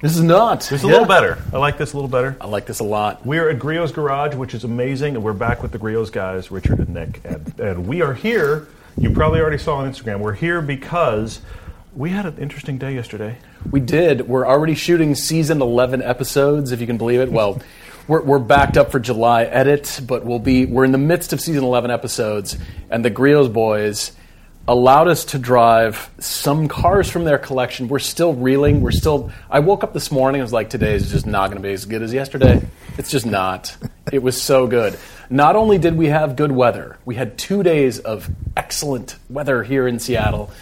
This is not. This is a little better. I like this a little better. I like this a lot. We're at Griot's Garage, which is amazing, and we're back with the Griot's guys, Richard and Nick. And, and we are here, you probably already saw on Instagram, we're here because we had an interesting day yesterday. We did. We're already shooting season 11 episodes, if you can believe it. Well, we're, we're backed up for July edit, but we'll be, we're in the midst of season 11 episodes, and the Griot's boys allowed us to drive some cars from their collection. We're still reeling. We're still, I woke up this morning, I was like, today is just not going to be as good as yesterday. It's just not. It was so good. Not only did we have good weather, we had two days of excellent weather here in Seattle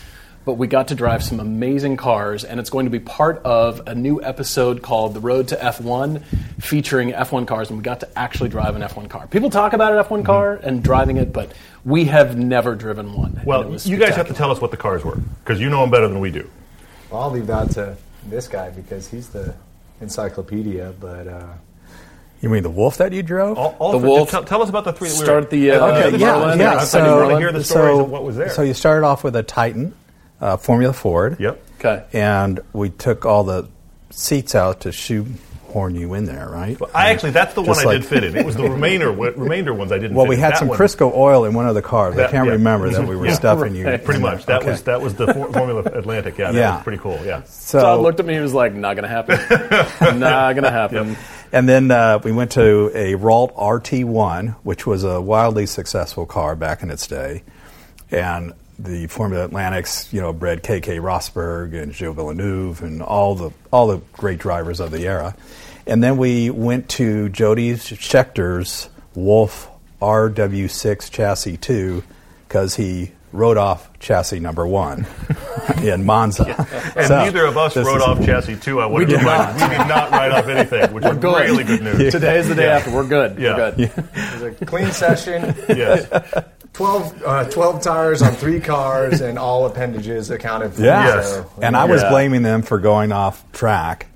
but we got to drive some amazing cars, and it's going to be part of a new episode called The Road to F1, featuring F1 cars, and we got to actually drive an F1 car. People talk about an F1 car and driving it, but we have never driven one. and it Mm-hmm. Well, was you guys have to spectacular. tell us what the cars were, because you know them better than we do. Well, I'll leave that to this guy because he's the encyclopedia. But uh, You mean the wolf that you drove? All, all The three- Wolf- Tell, tell us about the three. that we start were- the, uh, Okay, the yeah, Merlin, yeah. the I exciting want to Merlin. hear the stories of what was there. So you started off with a Titan, uh, Formula Ford. Yep. Okay. And we took all the seats out to shoehorn you in there, right? I actually, that's the one Just I like- did fit in. It was the remainder remainder ones I didn't. Well, fit we in. had That some one- Crisco oil in one of the cars. That- I can't yeah. remember that we were Yeah. stuffing you. Right. Pretty in much. there. That was Okay. that was the for, Formula Atlantic. Yeah, that Yeah. was pretty cool. Yeah. Todd So, looked at me and was like, not going to happen. not going to happen. and then uh, we went to a Ralt RT1, which was a wildly successful car back in its day, and the Formula Atlantics, you know, bred K.K. Rosberg and Gilles Villeneuve and all the all the great drivers of the era. And then we went to Jody Schechter's Wolf RW6 chassis two because he rode off chassis number one in Monza. And So, neither of us this wrote is- off chassis two. I want to remind you. we did not write off anything, which is Good. really good news. Today is the day after. We're good. Yeah. We're good. it was a clean session. Yes. 12, uh, 12 tires on three cars and all appendages accounted for. Yeah. Yes. And I was Yeah. blaming them for going off track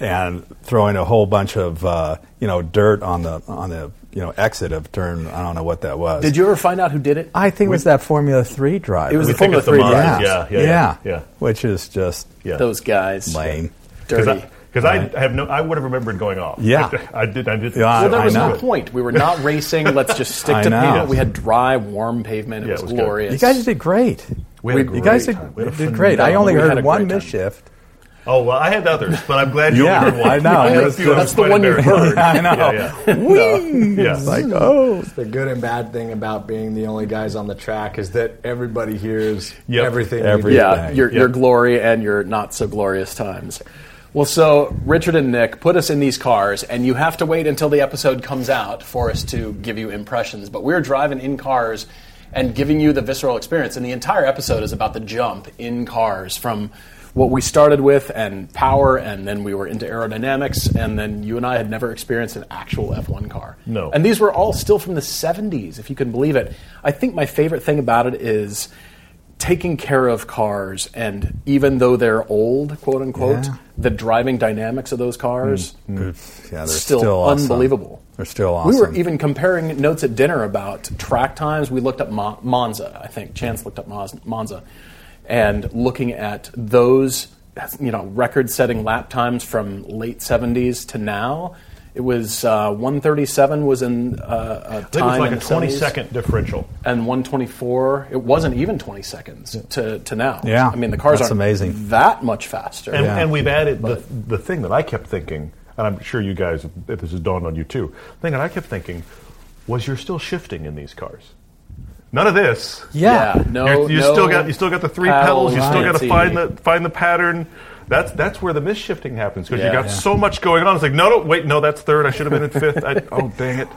and throwing a whole bunch of uh, you know dirt on the on the you know exit of turn. I don't know what that was. Did you ever find out who did it? I think it was that Formula Three drive. It was We the think Formula it's the 3 Mazdas. drive. yeah. Yeah, Yeah, yeah, yeah, yeah. Which is just Yeah. Those guys. lame. Dirty. Because I, I have no, I would have remembered going off. Yeah. I did. I did. Yeah, I- Well, there I was no know. point. We were not racing. Let's just stick I to know. pavement. We had dry, warm pavement. It, Yeah, was, it was good. glorious. You guys did great. We had a you guys great did, time. We had a did great. I phenomenal- only we had a heard great one time. misshift. Oh well, I had the others, but I'm glad you Yeah, only heard one. I know. I heard a That's few. I the- was that's the quite one you embarrassed. heard. I know. Yeah, yeah. Whee! Yeah. It's Mm. like oh, The good and bad thing about being the only guys on the track is that everybody hears Yep. everything. we Every- do. yeah, thing. your, Yeah. your glory and your not so glorious times. Well, so Richard and Nick put us in these cars, and you have to wait until the episode comes out for us to give you impressions. But we're driving in cars and giving you the visceral experience. And the entire episode is about the jump in cars from what we started with and power, and then we were into aerodynamics, and then you and I had never experienced an actual F1 car. No. And these were all still from the 70s, if you can believe it. I think my favorite thing about it is taking care of cars, and even though they're old, quote unquote, Yeah. the driving dynamics of those cars Yeah, they're still, still, awesome. unbelievable. They're still awesome. We were even comparing notes at dinner about track times. We looked up Mon- Monza, I think. Chance looked up Moz- Monza, and looking at those, you know, record-setting lap times from late '70s to now. It was uh, 137 was in uh, a I think it was time like in a the 20 70s second differential. and 124 it wasn't even 20 seconds to, to now Yeah. i mean the cars That's aren't amazing. that much faster And, Yeah. and we've added the, the thing that I kept thinking, and I'm sure you guys, if this has dawned on you too, the thing that I kept thinking was you're still shifting in these cars. None of this. yeah. no You're- you no still got you still got the three paddle pedals. You still got fancy. to find the find the pattern. That's that's where the misshifting happens because Yeah. you got Yeah. so much going on. It's like no, no, wait, no, that's third. I should have been in fifth. I, oh dang it!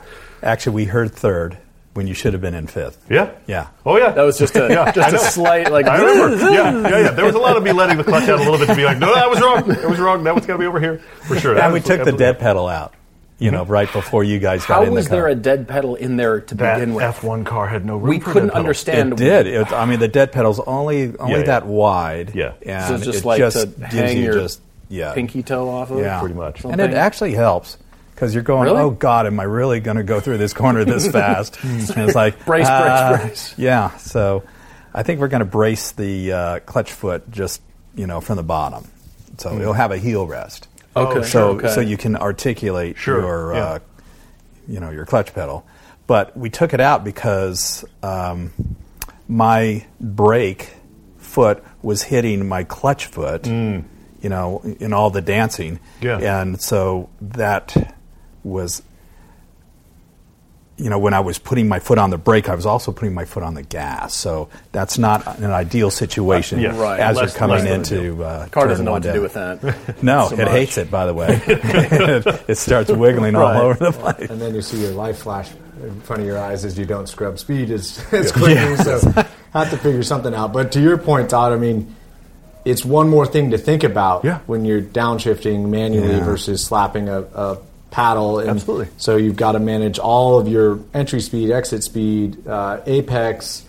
Actually, we heard third when you should have been in fifth. Yeah, Yeah. Oh yeah, that was just a just a slight like I remember. yeah, yeah, yeah. There was a lot of me letting the clutch out a little bit to be like, no, that was wrong. It was wrong. That one's got to be over here for sure. And That we was- took the absolutely. dead pedal out. you Mm-hmm. know, right before you guys How got in the was car. there a dead pedal in there to That begin with? F1 car had no room we for dead couldn't pedals. understand. it did. It, I mean, the dead pedal's only only yeah. that wide. Yeah. and So it's just it like just to gives hang you your just yeah pinky toe off of. yeah, pretty much. And it Something. actually helps because you're going, Really? oh God, am I really going to go through this corner this fast? and it's like Brace, brace, ah, brace. Yeah, so I think we're going to brace the uh, clutch foot just you know from the bottom, so it'll have a heel rest. Okay. so Hmm. Oh, Okay. so you can articulate Sure, your yeah. uh, you know your clutch pedal. But we took it out because um, my brake foot was hitting my clutch foot. Mm. You know, in all the dancing. Yeah. And so that was, you know, when I was putting my foot on the brake, I was also putting my foot on the gas. So that's not an ideal situation Yeah. Right. as Less- you're coming less than into uh, Car turn doesn't know one what to do down. with that. No, So it much. hates it. By the way, it, starts wiggling all over the place. And then you see your life flash in front of your eyes as you don't scrub speed as, as quickly. So have to figure something out. But to your point, Todd, I mean, it's one more thing to think about Yeah. when you're downshifting manually Yeah. versus slapping a, a paddle. And Absolutely. So you've got to manage all of your entry speed, exit speed, uh, apex,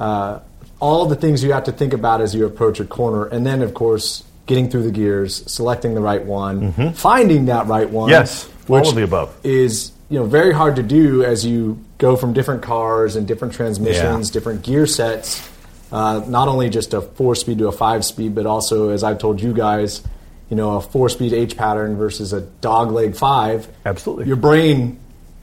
uh, all the things you have to think about as you approach a corner. And then, of course, getting through the gears, selecting the right one, finding that right one. Mm-hmm. Yes, all which of the above. is you know very hard to do as you go from different cars and different transmissions, Yeah. different gear sets. Uh, not only just a four speed to a five speed, but also as I've told you guys, you know a four speed H pattern versus a dog leg five. Absolutely. your brain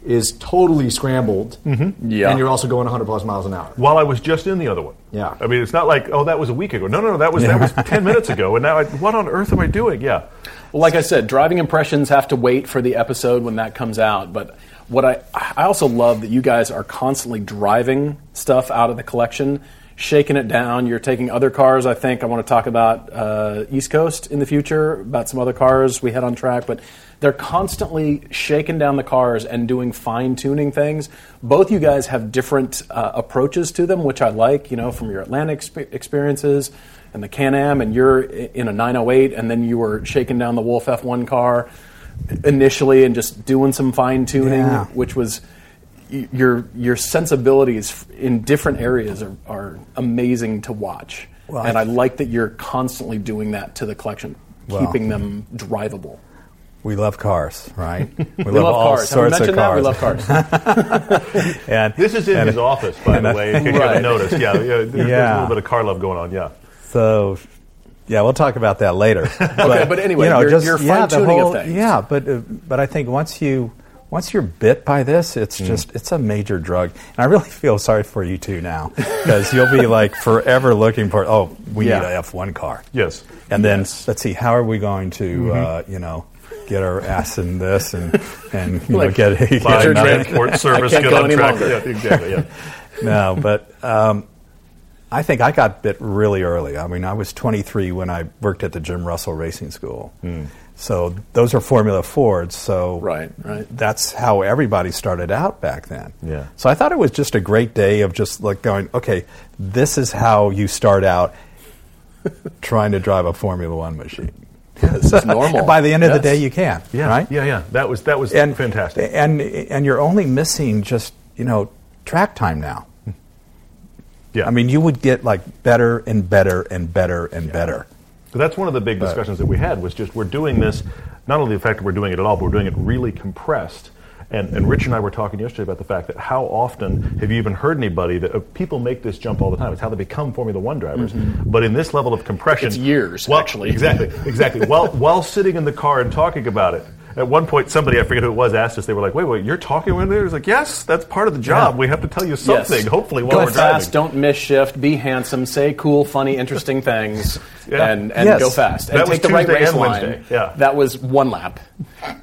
is totally scrambled, mm-hmm. Yeah. and you're also going 100 plus miles an hour. While I was just in the other one. Yeah. I mean, it's not like, oh, that was a week ago. No, no, no, that was, that was 10 minutes ago. And now, I, what on earth am I doing? Yeah. Well, like I said, driving impressions have to wait for the episode when that comes out. But what I I also love that you guys are constantly driving stuff out of the collection, shaking it down. You're taking other cars. I think I want to talk about uh, East Coast in the future, about some other cars we had on track, but. They're constantly shaking down the cars and doing fine tuning things. Both you guys have different uh, approaches to them, which I like, you know, from your Atlantic expe- experiences and the Can Am, and you're i- in a 908, and then you were shaking down the Wolf F1 car initially and just doing some fine tuning, Yeah. which was y- your your sensibilities f- in different areas are, are amazing to watch. Well, and I- I, like that you're constantly doing that to the collection, Well. keeping them drivable. We love cars, right? We, We love all cars. Have we sorts of mentioned that? cars. We love cars. And This is in and- his office, by the way, if you Right. haven't noticed. Yeah, yeah, there's, there's a Yeah. little bit of car love going on, yeah. So, yeah, we'll talk about that later. But, but anyway, you're- you're the fine-tuning of things. Yeah, but uh, but I think once you once you're bit by this, it's just it's a major drug, and I really feel sorry for you two now because you'll be like forever looking for oh we Yeah. need a F one car. Yes. and then let's see how are we going to uh, you know. Get our ass in this and and you Like, know get, Buy get your another- transport service, can't get go on any track. longer. Yeah, exactly, yeah. no, but um, I think I got bit really early. I mean, I was 23 when I worked at the Jim Russell Racing School. So those are Formula Fords. So Hmm. Right, right. That's how everybody started out back then. Yeah. So I thought it was just a great day of just like going, okay, this is how you start out trying to drive a Formula One machine. it's normal. By the end of Yes. the day, you can. Yeah, Right? yeah, yeah. That was, that was and eh, fantastic. And and you're only missing just you know track time now. Yeah. I mean, you would get like better and better and better and better. So that's one of the big discussions that we had was just we're doing this, not only the fact that we're doing it at all, but we're doing it really compressed. And, and Rich and I were talking yesterday about the fact that how often have you even heard anybody that uh, people make this jump all the time? It's how they become Formula One drivers. But in this level of compression, Mm-hmm. It's years, Well, actually. Exactly, exactly. while while sitting in the car and talking about it, at one point somebody I forget who it was asked us. They were like, "Wait, wait, you're talking in there?" It's like, "Yes, that's part of the job. We have to tell you something. Yes. Hopefully, while go we're fast, driving." don't miss shift, be handsome, say cool, funny, interesting things, Yeah. and, and Yes. go fast. And That was take the right Tuesday race and line. Wednesday. Yeah. That was one lap.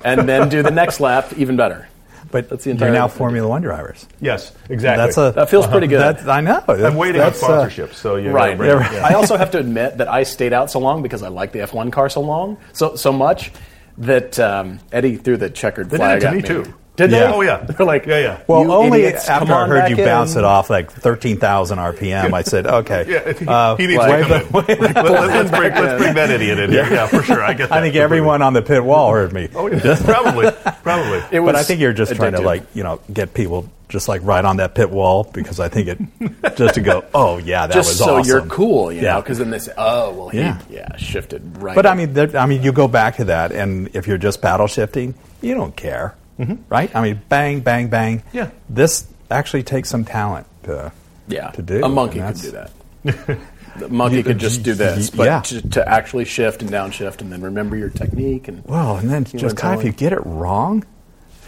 And then do the next lap even better. But That's the entire you're now thing. Formula One drivers. Yes, exactly. That's a That feels pretty good. That's, I know. I'm waiting on That's, uh, sponsorships, so you gotta Right. bring it. Yeah. I also have to admit that I stayed out so long because I liked the F1 car so long, so so much that um, Eddie threw the checkered They did flag it to at me, too. Did they? Yeah. Oh, yeah. They're like, Yeah, yeah. Well, "You only idiots, after come I on heard back you in." bounce it off like 13,000 RPM, I said, okay. Yeah, he, uh, he needs wait to a come in. Let, us bring, let's bring that idiot in here. Yeah, for sure. I get that. I think completely. everyone on the pit wall heard me. Oh, yeah. probably. Probably. It was but I think you're just trying to addictive. like you know get people just like right on that pit wall because I think it just to go oh yeah that just was so awesome. you're cool, you yeah. know, because then they say, oh, well, he, Yeah. yeah. shifted right. But I mean, there, I mean, you go back to that, and if you're just paddle shifting, you don't care, Mm-hmm. right? I mean, bang, bang, bang. Yeah. This actually takes some talent to yeah, to do a monkey and could that's- do that. The monkey could just do this, but yeah. to, to actually shift and downshift and then remember your technique and Well, and then You just learn kind of if you something. get it wrong,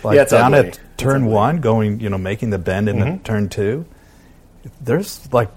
like Yeah, it's down ugly. at It's turn ugly. Mm-hmm. one, going you know making the bend into turn two, there's like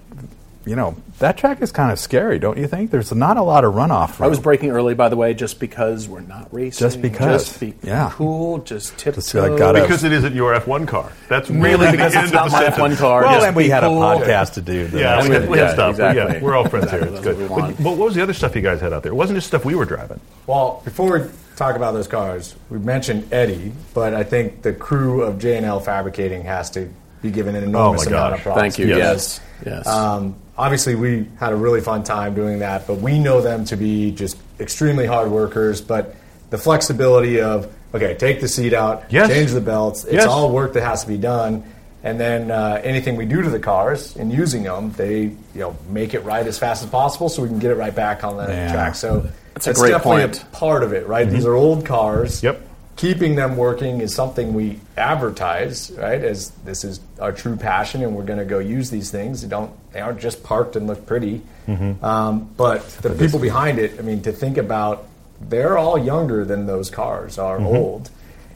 you know that track is kind of scary, don't you think? There's not a lot of runoff. I was room. breaking early, by the way, just because we're not racing. because. Just be Yeah. cool. Just tiptoe. Just like gotta- because it isn't your F1 car. That's really Really, the because end it's of not the my sentence. F1 car. well, Just and we be had a cool. podcast to do. the Yeah, next we have, week. we have Yeah, stuff. exactly. Yeah, we're all friends here. Exactly. It's That's good. what we But, want. but what was the other stuff you guys had out there? It wasn't just stuff we were driving. Well, before we talk about those cars, we mentioned Eddie, but I think the crew of J and L Fabricating has to be given an enormous amount of gosh. props. Oh, Thank you. because, Yes. Yes. Um, obviously, we had a really fun time doing that, but we know them to be just extremely hard workers. But the flexibility of okay, take the seat out, Yes. change the belts. It's Yes. all work that has to be done. And then uh, anything we do to the cars in using them, they you know make it right as fast as possible, so we can get it right back on the Yeah. track. So That's a great definitely point. Mm-hmm. A part of it, right? These are old cars. Yep. Keeping them working is something we advertise, right? As this is our true passion, and we're going to go use these things. They don't they aren't just parked and look pretty, Mm-hmm. um, but the people behind it. I mean, to think about, they're all younger than those cars are Mm-hmm. old,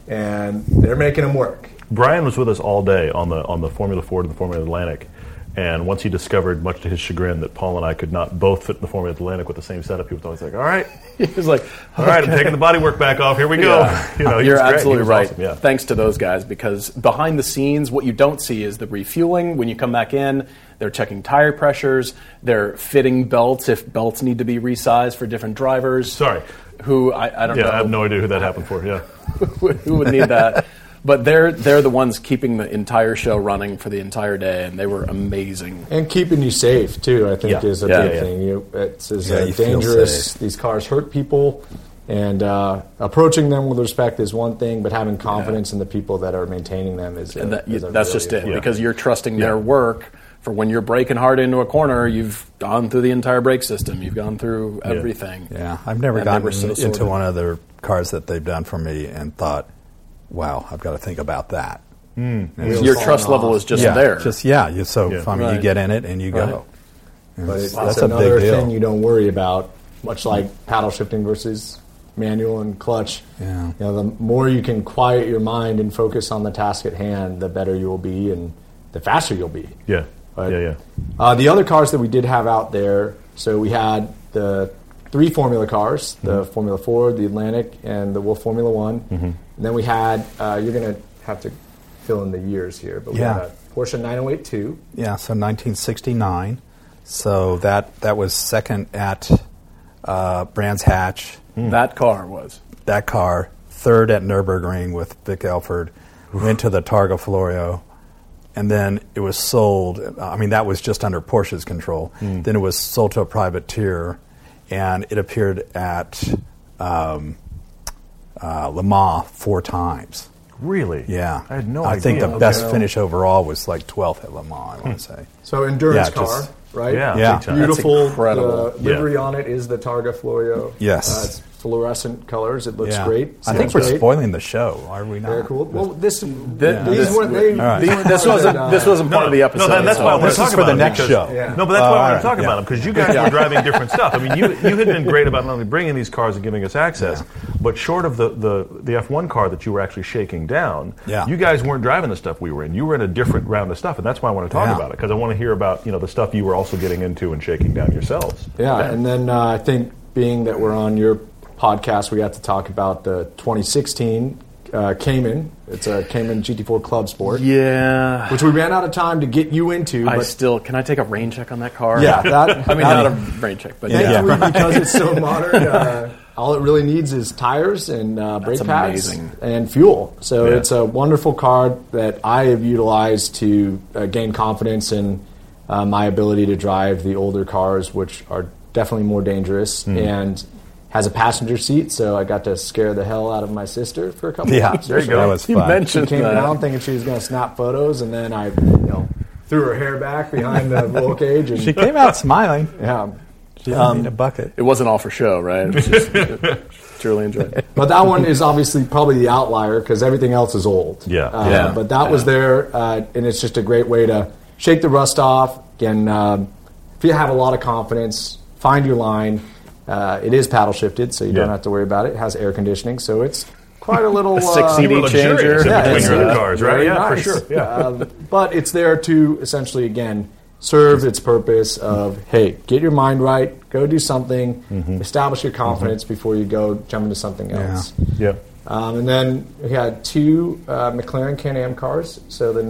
and they're making them work. Brian was with us all day on the on the Formula Ford and the Formula Atlantic, and once he discovered, much to his chagrin, that Paul and I could not both fit in the Formula Atlantic with the same setup, he was always like, "All right, it was like, all right, I'm taking the bodywork back off. Here we go." You know, he are was great. He absolutely was right. awesome, Yeah. Thanks to those guys because behind the scenes, what you don't see is the refueling. When you come back in, they're checking tire pressures, they're fitting belts if belts need to be resized for different drivers. Sorry. Who I, I don't yeah, know. I have no idea who that happened for. Yeah. who would need that? But they're they're the ones keeping the entire show running for the entire day, and they were amazing. And keeping you safe too, I think, Yeah. is a Yeah, big yeah. thing. You, it's it's Yeah, uh, you feel dangerous. safe. These cars hurt people, and uh, approaching them with respect is one thing, but having confidence in the people that are maintaining them is. And a, that, is a that's really just it important- because you're trusting their work for when you're breaking hard into a corner. You've gone through the entire brake system. You've gone through everything. Yeah, I've never And they gotten were so into sorted. one of their cars that they've done for me and thought, "Wow, I've got to think about that." Mm, Your trust level is just yeah, there. Just yeah. You, so I mean, you Right. get in it and you Right. go. And But it's- it's, that's it's a another big deal. thing you don't worry about, much like paddle shifting versus manual and clutch. Yeah. You know, the more you can quiet your mind and focus on the task at hand, the better you will be, and the faster you'll be. Yeah. Right. Yeah. Yeah. Uh, the other cars that we did have out there, so we had the three Formula cars: the Mm-hmm. Formula Four, the Atlantic, and the Wolf Formula One. And then we had uh, you're going to have to fill in the years here, but we Yeah. had a Porsche 908 2. Yeah, so 1969. So that that was second at uh, Brands Hatch. That car was. That car third at Nurburgring with Vic Elford. Went to the Targa Florio, and then it was sold. I mean, that was just under Porsche's control. Hmm. Then it was sold to a privateer, and it appeared at um, uh, Le Mans four times. Really? Yeah, I had no I idea. think the Okay. Hmm. best finish overall was like 12th at Le Mans. I want to say. So endurance Yeah, car, just- right? Yeah. Yeah. big time. Beautiful. incredible. The livery Yeah. on it is the Targa Florio. Yes. Uh, it's fluorescent colors. It looks Yeah. great. I think Sounds we're great. spoiling the show, are we not? Very cool. Well, this, these this- weren't. They, all right. these weren't This part of wasn't. it, uh, This wasn't part of the episode. No, that- that's so why I want This to is talk for about the them, next because- show. Yeah. No, but that's Oh, why all I want right, to talk yeah. about them because you guys were driving different stuff. I mean, you you had been great about not only bringing these cars and giving us access, but short of the, the the F1 car that you were actually shaking down, Yeah. you guys weren't driving the stuff we were in. You were in a different round of stuff, and that's why I want to talk Yeah. about it because I want to hear about you know the stuff you were also getting into and shaking down yourselves. Yeah, and then uh, I think being that we're on your podcast, we got to talk about the 2016 uh, Cayman. It's a Cayman GT4 Club Sport, Yeah. which we ran out of time to get you into. I but still. Can I take a rain check on that car? Yeah, that- I mean, not a rain check, but thankfully, yeah. because it's so modern, uh, All it really needs is tires and uh, brake pads amazing. and fuel. So Yeah. it's a wonderful car that I have utilized to uh, gain confidence in uh, my ability to drive the older cars, which are definitely more dangerous Hmm. and has a passenger seat. So I got to scare the hell out of my sister for a couple. Yeah, times. there you go. Uh, That was You fun. She mentioned came that. down thinking she was going to snap photos, and then I, you know, threw her hair back behind the roll cage. And, She came out smiling. yeah. She didn't Um, need a bucket. It wasn't all for show, right? It was just, truly enjoyed it. But that one is obviously probably the outlier because everything else is old. Yeah. Uh, Yeah. But that was there, uh, and it's just a great way to shake the rust off. And um, if you have a lot of confidence, find your line. Uh, it is paddle shifted, so you don't Yeah. have to worry about it. It has air conditioning, so it's quite a little six uh, CD You're luxurious changer. in Yeah, between it's, your other uh, cars, right? very Yeah, nice. for sure. Yeah. Um, but it's there to essentially, again, serve its purpose of hey, get your mind right, go do something, Mm-hmm. establish your confidence before you go jump into something else. yeah. Um, and then we had two uh, McLaren Can Am cars. So the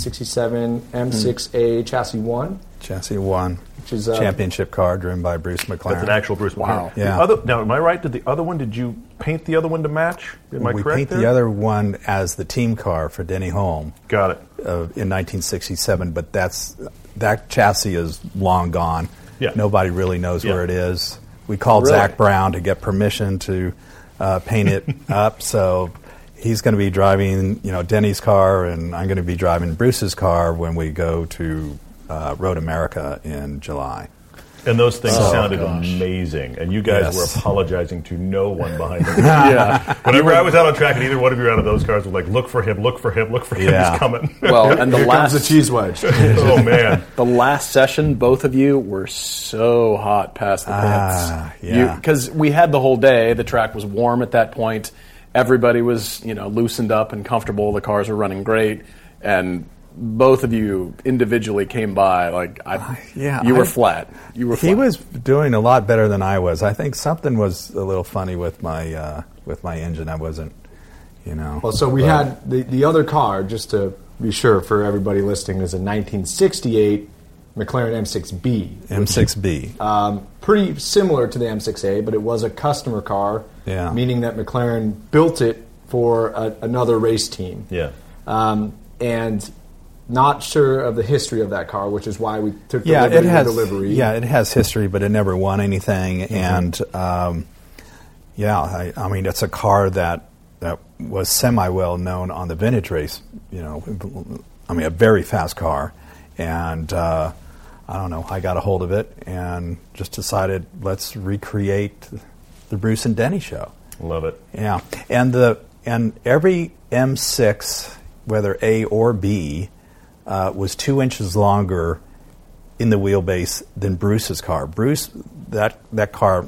1967 M6A Chassis 1, Chassis one, which is uh, championship car driven by Bruce McLaren. That's an actual Bruce. Wow. McLaren. Yeah. The other, now, am I right? Did the other one? Did you paint the other one to match? Am I we correct? paint the there? other one as the team car for Denny Holm Got it. uh, in 1967, but that's that chassis is long gone. Yeah. Nobody really knows Yeah. where it is. We called Really? Zach Brown to get permission to uh, paint it up, so he's going to be driving, you know, Denny's car, and I'm going to be driving Bruce's car when we go to uh, Road America in July. And those things Oh, sounded gosh. amazing. And you guys Yes. were apologizing to no one behind the wheel. Yeah. Whenever I was out on track, and either one of you out of those cars was like, "Look for him! Look for him! Look for him! Yeah. He's coming!" Well, and the here last comes the cheese wedge. oh man, the last session, both of you were so hot past the Ah, pits. yeah. Because we had the whole day. The track was warm at that point. Everybody was, you know, loosened up and comfortable. The cars were running great, and both of you individually came by like I, Ah, yeah, you were I- flat. You were. He flat. was doing a lot better than I was. I think something was a little funny with my uh, with my engine. I wasn't, you know. Well, so we but- had the, the other car, just to be sure for everybody listening, is a 1968 McLaren M6B. M6B. uh, Um, Pretty similar to the M6A, but it was a customer car, Yeah. meaning that McLaren built it for a, another race team. yeah, Um, and not sure of the history of that car, which is why we took the yeah, liberty it of has delivery. yeah, it has history, but it never won anything. And um, yeah, I, I mean, it's a car that that was semi well known on the vintage race. You know, I mean, a very fast car, and uh, I don't know. I got a hold of it and just decided let's recreate the Bruce and Denny show. love it. Yeah, and the and every M6, whether A or B, uh, was two inches longer in the wheelbase than Bruce's car. Bruce, that that car,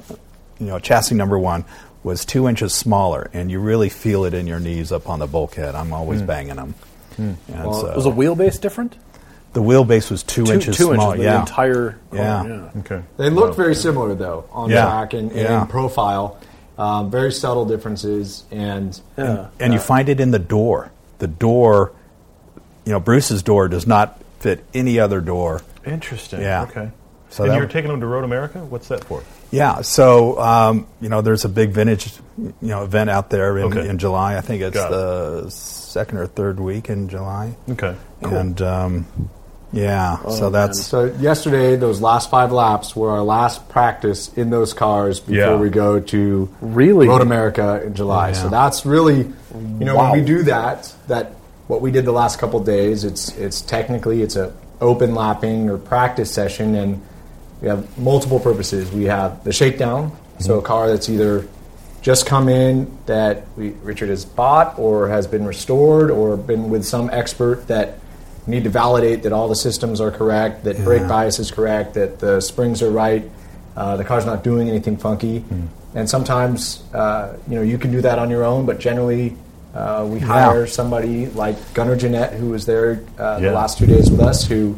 you know, chassis number one was two inches smaller, and you really feel it in your knees up on the bulkhead. I'm Hmm. always banging them. And so- was the wheelbase different? the wheelbase was two, Two- uh, inches two smaller. inches, the yeah, entire car, Yeah. yeah. Okay, They look very similar though on Yeah. track and, and Yeah. in profile. Um, very subtle differences, and and you find it in the door. The door, you know, Bruce's door does not fit any other door. interesting. Yeah. Okay. So and that- you were taking them to Road America. What's that for? Yeah, so um, you know, there's a big vintage, you know, event out there in, Okay. in July. I think it's Got it. the second or third week in July. Okay. Oh, And um, yeah, so that's so yesterday those last five laps were our last practice in those cars before Yeah. we go to Really? Road America in July. So Yeah. that's really, you know, Wow. when we do that, that what we did the last couple days. It's it's technically it's a open lapping or practice session, and we have multiple purposes. We have the shakedown, so a car that's either just come in that we, Richard has bought or has been restored or been with some expert that need to validate that all the systems are correct, that brake bias is correct, that the springs are right, uh, the car's not doing anything funky. And sometimes, uh, you know, you can do that on your own, but generally uh, we hire somebody like Gunnar Jeanette, who was there uh, Yeah. the last two days with us, who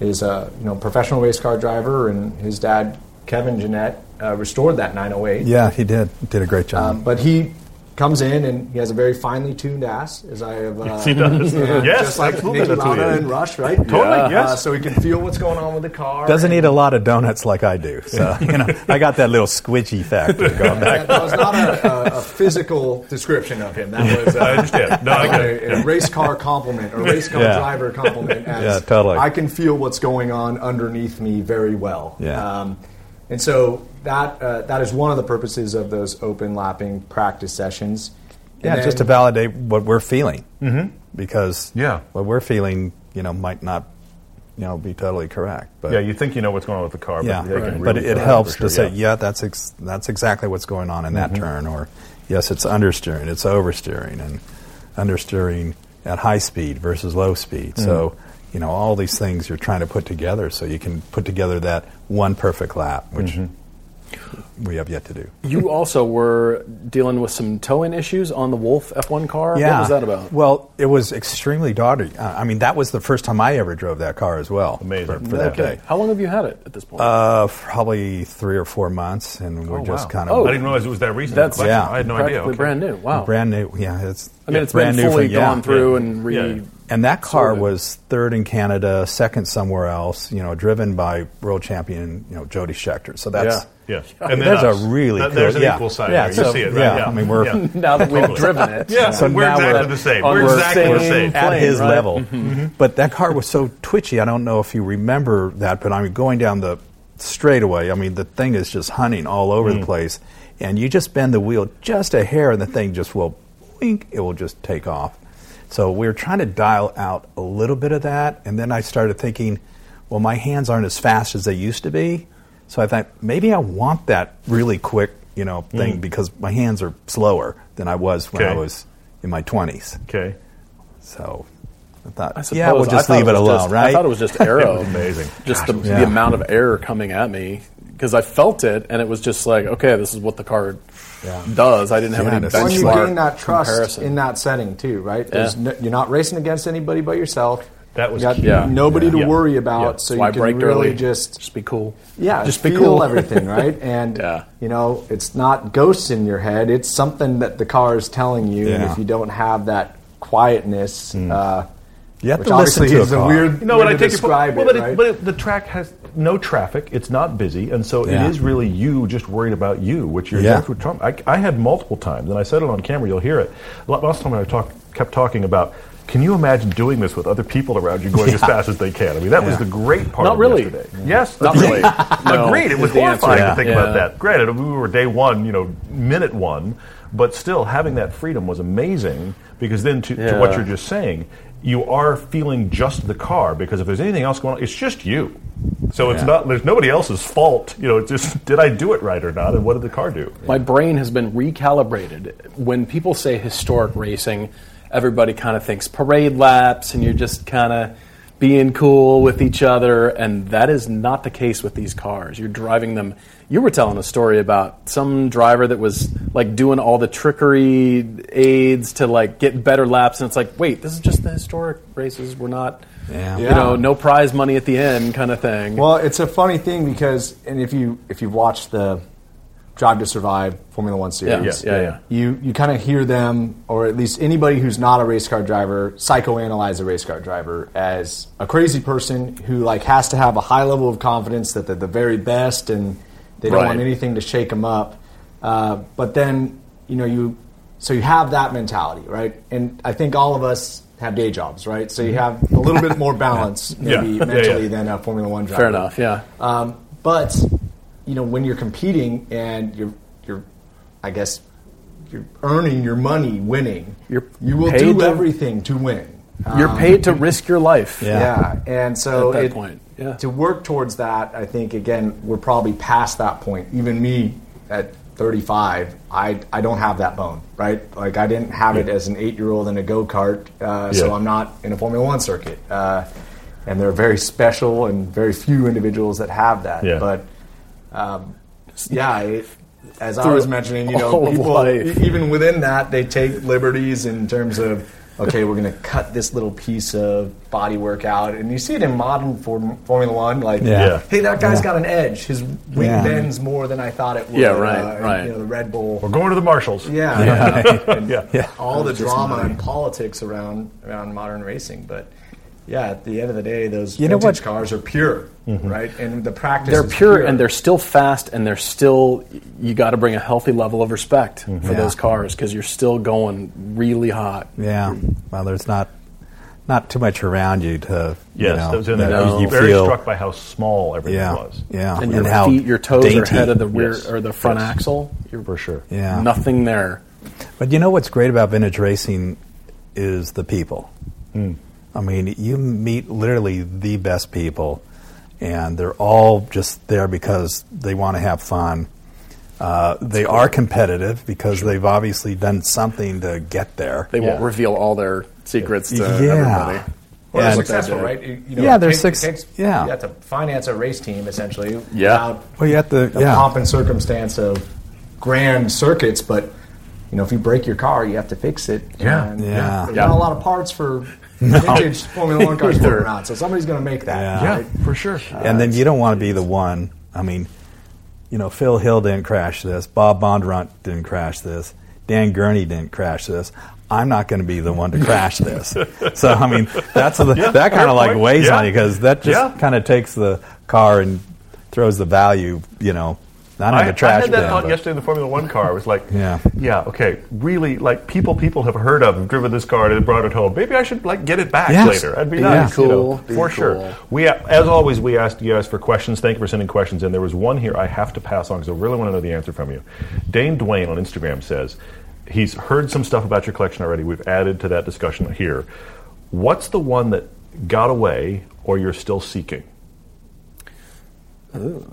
is a you know professional race car driver, and his dad Kevin Jeanette uh, restored that 908. yeah, he did did a great job. Um, but he comes in and he has a very finely tuned ass, as I have. Uh, he does. and Yes, just like absolutely, Nicky that's who he Lauda is. and Rush, right? Totally, yes. Uh, so he can feel what's going on with the car. Doesn't and- eat a lot of donuts like I do. So, you know, I got that little squidgy factor going back. That was not a, a, a physical description of him. That was uh, I understand. No, I get it. a, a race car compliment, a race car Yeah. driver compliment. As Yeah, totally. I can feel what's going on underneath me very well. Um, Yeah. and so that uh, that is one of the purposes of those open lapping practice sessions. And Yeah, then- just to validate what we're feeling. Mm-hmm. Because Yeah. what we're feeling, you know, might not, you know, be totally correct. But Yeah, you think you know what's going on with the car, but, uh, yeah, they can really but it tell, helps for sure, to say, yeah. Mm-hmm. yeah, that's ex- that's exactly what's going on in that turn, or yes, it's understeering, it's oversteering, and understeering at high speed versus low speed. Mm-hmm. So you know all these things you're trying to put together, so you can put together that one perfect lap, which Mm-hmm. we have yet to do. You also were dealing with some tow-in issues on the Wolf F1 car. What was that about? Well, it was extremely dodgy. Uh, I mean, that was the first time I ever drove that car as well. Amazing. For, for that okay. day. How long have you had it at this point? Uh, probably three or four months, and we're Oh, just wow. kind of I didn't realize it was that recent. That's- Question. yeah. I had no Practically idea. Okay. brand new. Wow. brand new. Yeah, it's. I mean, it's brand been new fully from- yeah, gone through yeah. and re. Yeah. And that car Sorted. was third in Canada, second somewhere else. You know, driven by world champion, you know, Jody Schechter. So that's Yeah. And And then that's us. a really That- cool- there's an yeah. equal side Yeah, there. You so- see it, right? yeah, I mean, we're- Now that we've Totally. driven it, Yeah, so we're now exactly we're the same. on We're the exactly the same same. at plane, his right? level. Mm-hmm. But that car was so twitchy. I don't know if you remember that, but I mean, going down the straightaway, I mean, the thing is just hunting all over the place, and you just bend the wheel just a hair, and the thing just will wink. It will just take off. So we were trying to dial out a little bit of that, and then I started thinking, well, my hands aren't as fast as they used to be. So I thought maybe I want that really quick, you know, thing because my hands are slower than I was when I Okay. was in my twenties. Okay. So I thought, I yeah, we'll suppose- I just thought leave it, was alone, just- right? I thought it was just arrow. amazing. Just the, Gosh, yeah. the amount of air coming at me because I felt it, and it was just like, okay, this is what the car does. I didn't have Yeah, any and it's- when you benchmark gain that trust comparison. in that setting too, right? There's Yeah. No, you're not racing against anybody but yourself. That was You got key. Yeah. nobody to Yeah. worry about, Yeah. so So I you can braked really early. just just be cool. Yeah, just be feel cool. everything, right? And Yeah. you know, it's not ghosts in your head. It's something that the car is telling you. And Yeah. Hmm. if you don't have that quietness, uh, You have which to listen obviously to a is a, car. weird No, way but to I take describe your point. Well, it, but, right? it, but it, the track has no traffic. It's not busy, and so Yeah. it is really you just worried about you, which you're Yeah. exactly what you're talking. I, I had multiple times, and I said it on camera. You'll hear it. La- Last time I talked, kept talking about. Can you imagine doing this with other people around you going as fast as they can? I mean, that was Yeah. the great part. Not of really. Yesterday. Yes, Not agreed. really. No, agreed. It is was the answer. horrifying Yeah. to think Yeah. about that. Granted, we were day one, you know, minute one, but still having that freedom was amazing because then to, to what Yeah. you're just just saying, you are feeling just the car because if there's anything else going on, it's just you. So it's Yeah. not there's nobody else's fault. You know, it's just did I do it right or not, and what did the car do? My brain has been recalibrated. When people say historic racing, everybody kind of thinks parade laps, and you're just kind of being cool with each other. And that is not the case with these cars. You're driving them. You were telling a story about some driver that was like doing all the trickery aids to like get better laps, and it's like, wait, this is just the historic races. We're not, Yeah. you Yeah. know, no prize money at the end kind of thing. Well, it's a funny thing because, and if you if you've watched the Drive to Survive Formula One series, Yeah, yeah, yeah. you you kind of hear them, or at least anybody who's not a race car driver, psychoanalyze a race car driver as a crazy person who like has to have a high level of confidence that they're the very best and they don't Right. want anything to shake them up. Uh, but then you know you so you have that mentality, right? And I think all of us have day jobs, right? So you Mm-hmm. have a little bit more balance Yeah. maybe Yeah, yeah. mentally than a uh, Formula One driver. Fair enough. Yeah. Um, but you know, when you're competing and you're you're, I guess, you're earning your money winning. You're you will paid do to- everything to win. You're paid to risk your life. um, Yeah. Yeah, and so At that it- point, yeah. to work towards that, I think again we're probably past that point. Even me at 35, I I don't have that bone, right? Like I didn't have it as an eight year old in a go kart, uh, so Yeah. I'm not in a Formula One circuit. Uh, and there are very special and very few individuals that have that. Yeah. But um, yeah, it, as I Through was mentionning, you know, all of people life. even within that they take liberties in terms of okay, we're going to cut this little piece of bodywork out. And you see it in modern form, Formula One, like, Yeah. Yeah. hey, that guy's got an edge. His wing Yeah. bends more than I thought it would. Yeah, right, uh, and, right. You know, the Red Bull. We're going to the marshals. Yeah. And Yeah. All the drama and politics around around modern racing, but yeah, at the end of the day, those You know vintage what? Mm-hmm. cars are pure, right? And the practice They're is pure and they're still fast and they're still, you got to bring a healthy level of respect for Yeah. those cars because you're still going really hot. Yeah. Well, there's not not too much around you to Yes, you know, that was in there. that I was you very feel- struck by how small everything yeah, was. Yeah. And your how feet, your toes are dainty. ahead of the rear Yes. or the front Yes. axle. You're For sure. Yeah. nothing there. But you know what's great about vintage racing is the people. Hmm. I mean, you meet literally the best people, and they're all just there because they want to have fun. Uh, they are competitive because they've obviously done something to get there. They won't Yeah. reveal all their secrets to Yeah. everybody. Or And- successful, right? You, you know, Yeah, they're it takes- suc- it takes- yeah. You have to finance a race team essentially. Yeah. without Well, you have to- the yeah. pomp and circumstance of grand circuits, but you know, if you break your car, you have to fix it. Yeah. and Yeah. There's Yeah. not a lot of parts for vintage Formula One cars floating around, so somebody's going to make that. Yeah. Yeah, right? for sure. and then you don't want to be the one. I mean, you know, Phil Hill didn't crash this. Bob Bondurant didn't crash this. Dan Gurney didn't crash this. I'm not going to be the one to crash this. so I mean, that's the, that kind fair of like point. weighs Yeah. on you because that just Yeah. kind of takes the car and throws the value, you know, not in I, the trash I had that bin, thought but- yesterday in the Formula One car. I was like, Yeah. yeah, okay, really, like people people have heard of, have driven this car, and brought it home. Maybe I should like get it back Yes. later. I'd be Be nice, you know, cool, be cool. for sure. We, a- as always, we asked you guys for questions. Thank you for sending questions. And there was one here I have to pass on because I really want to know the answer from you. Dane Dwayne on Instagram says he's heard some stuff about your collection already. We've added to that discussion here. What's the one that got away, or you're still seeking?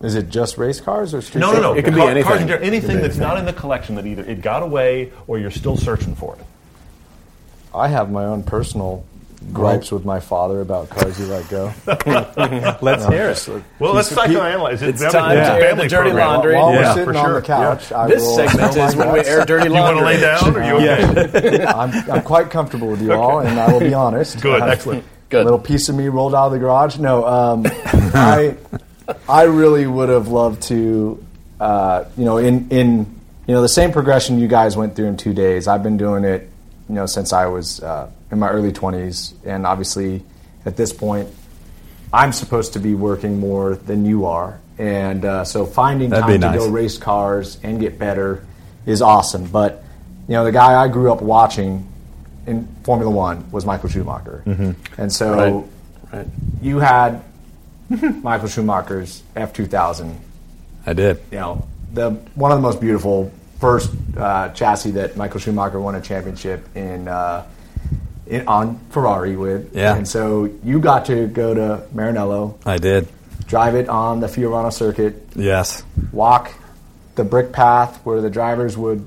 Is it just race cars or street? No, no, no. It could be Car- cars in anything. general, anything that's not in the collection that either it got away or you're still searching for it. I have my own personal gripes with my father about cars you let go. Let's hear it. Well, let's psychoanalyze it. It's time to air the dirty laundry. While Yeah, we're sitting for on sure. the couch, I This will, segment Oh is my when we God. air dirty You want laundry. to lay down? Or you okay? I'm, I'm quite comfortable with you all, and I will be honest. Good, Uh, excellent. Good. Little piece of me rolled out of the garage. No, um, I, I really would have loved to, uh, you know, in in you know the same progression you guys went through in two days. I've been doing it, you know, since I was uh, in my early twenties, and obviously at this point, I'm supposed to be working more than you are, and uh, so finding That'd be time to nice. go race cars and get better is awesome. But you know, the guy I grew up watching in Formula One was Michael Schumacher, and so Right. Right. you had Michael Schumacher's F2000. I did. You know, the one of the most beautiful first uh, chassis that Michael Schumacher won a championship in. Uh, in, on Ferrari with, Yeah. and so you got to go to Maranello, I did. drive it on the Fiorano circuit, Yes. walk the brick path where the drivers would,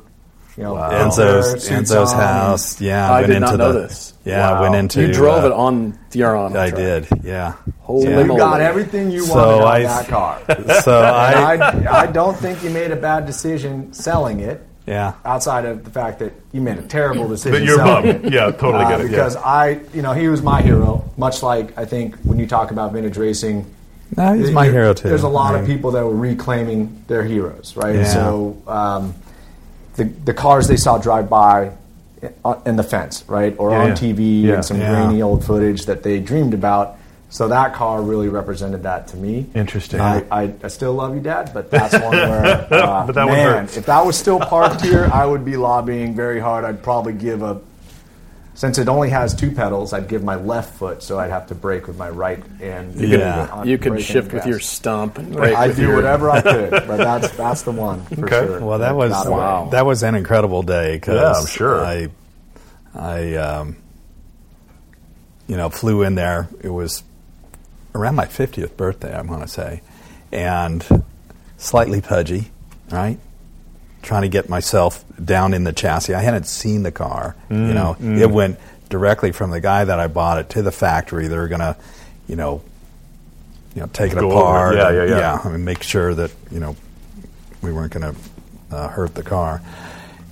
you know, put their Enzo's, suits Enzo's on. house. Yeah, I went did into not know the- this. Yeah, Wow. went into. you drove uh, it on the Yaron. I did. Yeah. Holy yeah. You got Holy. everything you So wanted on I- that car. So I, And I, I don't think you made a bad decision selling it. Yeah. Outside of the fact that you made a terrible decision. That you're selling bummed. it. Yeah, totally Uh, get it. Because yeah. I, you know, he was my hero. Much like I think when you talk about vintage racing, No, he's my there- hero too. There's a lot I of mean- people that were reclaiming their heroes, right? Yeah. So um, the the cars they saw drive by i- in the fence, right, or on yeah. TV Yeah. and some Yeah. grainy old footage that they dreamed about. So that car really represented that to me. Interesting. I, I, I still love you, Dad, but that's one where uh, But that one man, hurts. if that was still parked here, I would be lobbying very hard. I'd probably give a since it only has two pedals, I'd give my left foot, so I'd have to brake with my right. And You could- Yeah. on You could braking shift with gas. your stump and brake I with do your whatever I could, but that's that's the one for Okay. sure. Well, that was Not a Wow. that was an incredible day because Yeah, I'm sure. I, I, um, you know, flew in there. It was around my 50th birthday, I want to say, and slightly pudgy, right? Trying to get myself down in the chassis. I hadn't seen the car. Mm, you know, it went directly from the guy that I bought it to the factory. They were gonna, you know, you know, take it Go over it. apart. Yeah, and- yeah, yeah. I mean, make sure that you know we weren't going to uh, hurt the car.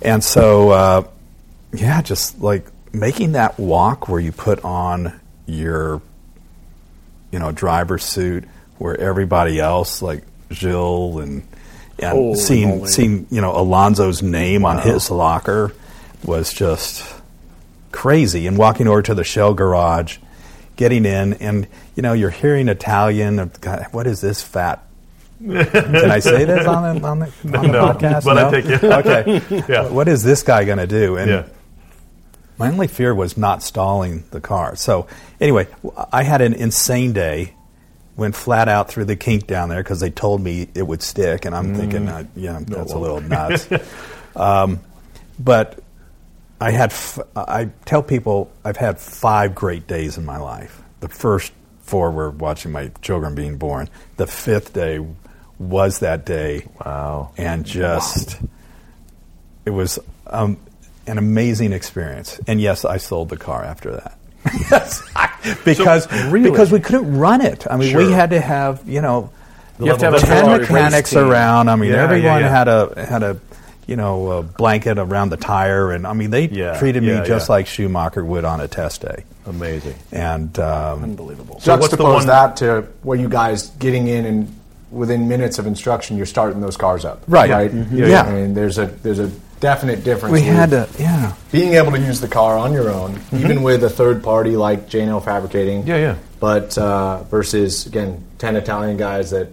And so, uh, yeah, just like making that walk where you put on your you know driver suit where everybody else like Jill and and Holy seeing moly. seeing you know Alonzo's name on his locker was just crazy and walking over to the shell garage getting in and you know you're hearing Italian of, God, what is this fat can I say this on the, on the, on the No, podcast? but I take it. Okay. Yeah. What is this guy going to do? And Yeah. my only fear was not stalling the car. So anyway, w- I had an insane day. Went flat out through the kink down there because they told me it would stick, and I'm thinking, uh, yeah, that's a little nuts. um, but I had f- I tell people I've had five great days in my life. The first four were watching my children being born. The fifth day was that day. Wow. And just it was um, an amazing experience. And yes, I sold the car after that. yes, I- because Really? because we couldn't run it. I mean, Sure. we had to have you know You have to have a ten Ferrari race mechanics team. around. I mean, Yeah, yeah, everyone yeah. had a had a you know a blanket around the tire, and I mean, they Yeah, treated me yeah, just yeah. like Schumacher would on a test day. Amazing. And um, Unbelievable. So what's the Juxtapose one- that to what you guys getting in and within minutes of instruction, you're starting those cars up. Right. Mhm. Yeah. I mean, there's a there's a definite difference. we with had to, yeah. being able to use the car on your own, Mm-hmm. even with a third party like J&L Fabricating. Yeah, yeah. But uh, versus again, ten Italian guys that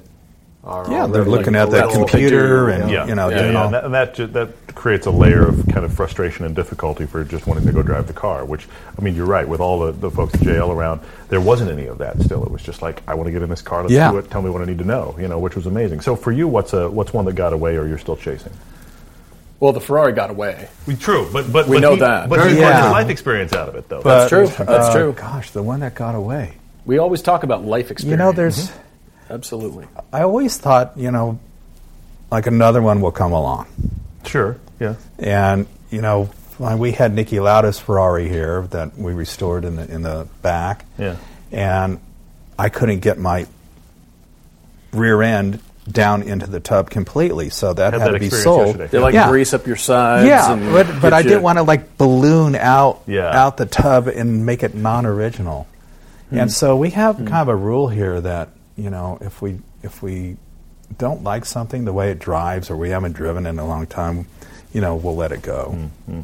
are Yeah, already they're looking like at that little- computer and Yeah. you know yeah, doing yeah, all and that, and that, ju- that creates a layer of kind of frustration and difficulty for just wanting to go drive the car. Which I mean, you're right. With all the, the folks at JL around, there wasn't any of that. Still, it was just like, I want to get in this car. Let's Yeah. do it. Tell me what I need to know. You know, which was amazing. So for you, what's a what's one that got away or you're still chasing? Well, the Ferrari got away. We, true, but but We but know he- that. but he got his life experience out of it though. That's true. But, That's uh, true. Gosh, the one that got away. We always talk about life experience. You know, there's. absolutely. I always thought, you know, like another one will come along. sure, yeah. And, you know, when we had Nicky Lauda's Ferrari here that we restored in the, in the back. Yeah. And I couldn't get my rear end down into the tub completely, so that Had had, that to be experience sold. yesterday. They like Yeah. grease up your sides. Yeah, and but, but get I you- didn't want to like balloon out Yeah. out the tub and make it non-original. Hmm. And so we have kind of a rule here that you know if we if we don't like something the way it drives or we haven't driven in a long time, you know we'll let it go. Hmm,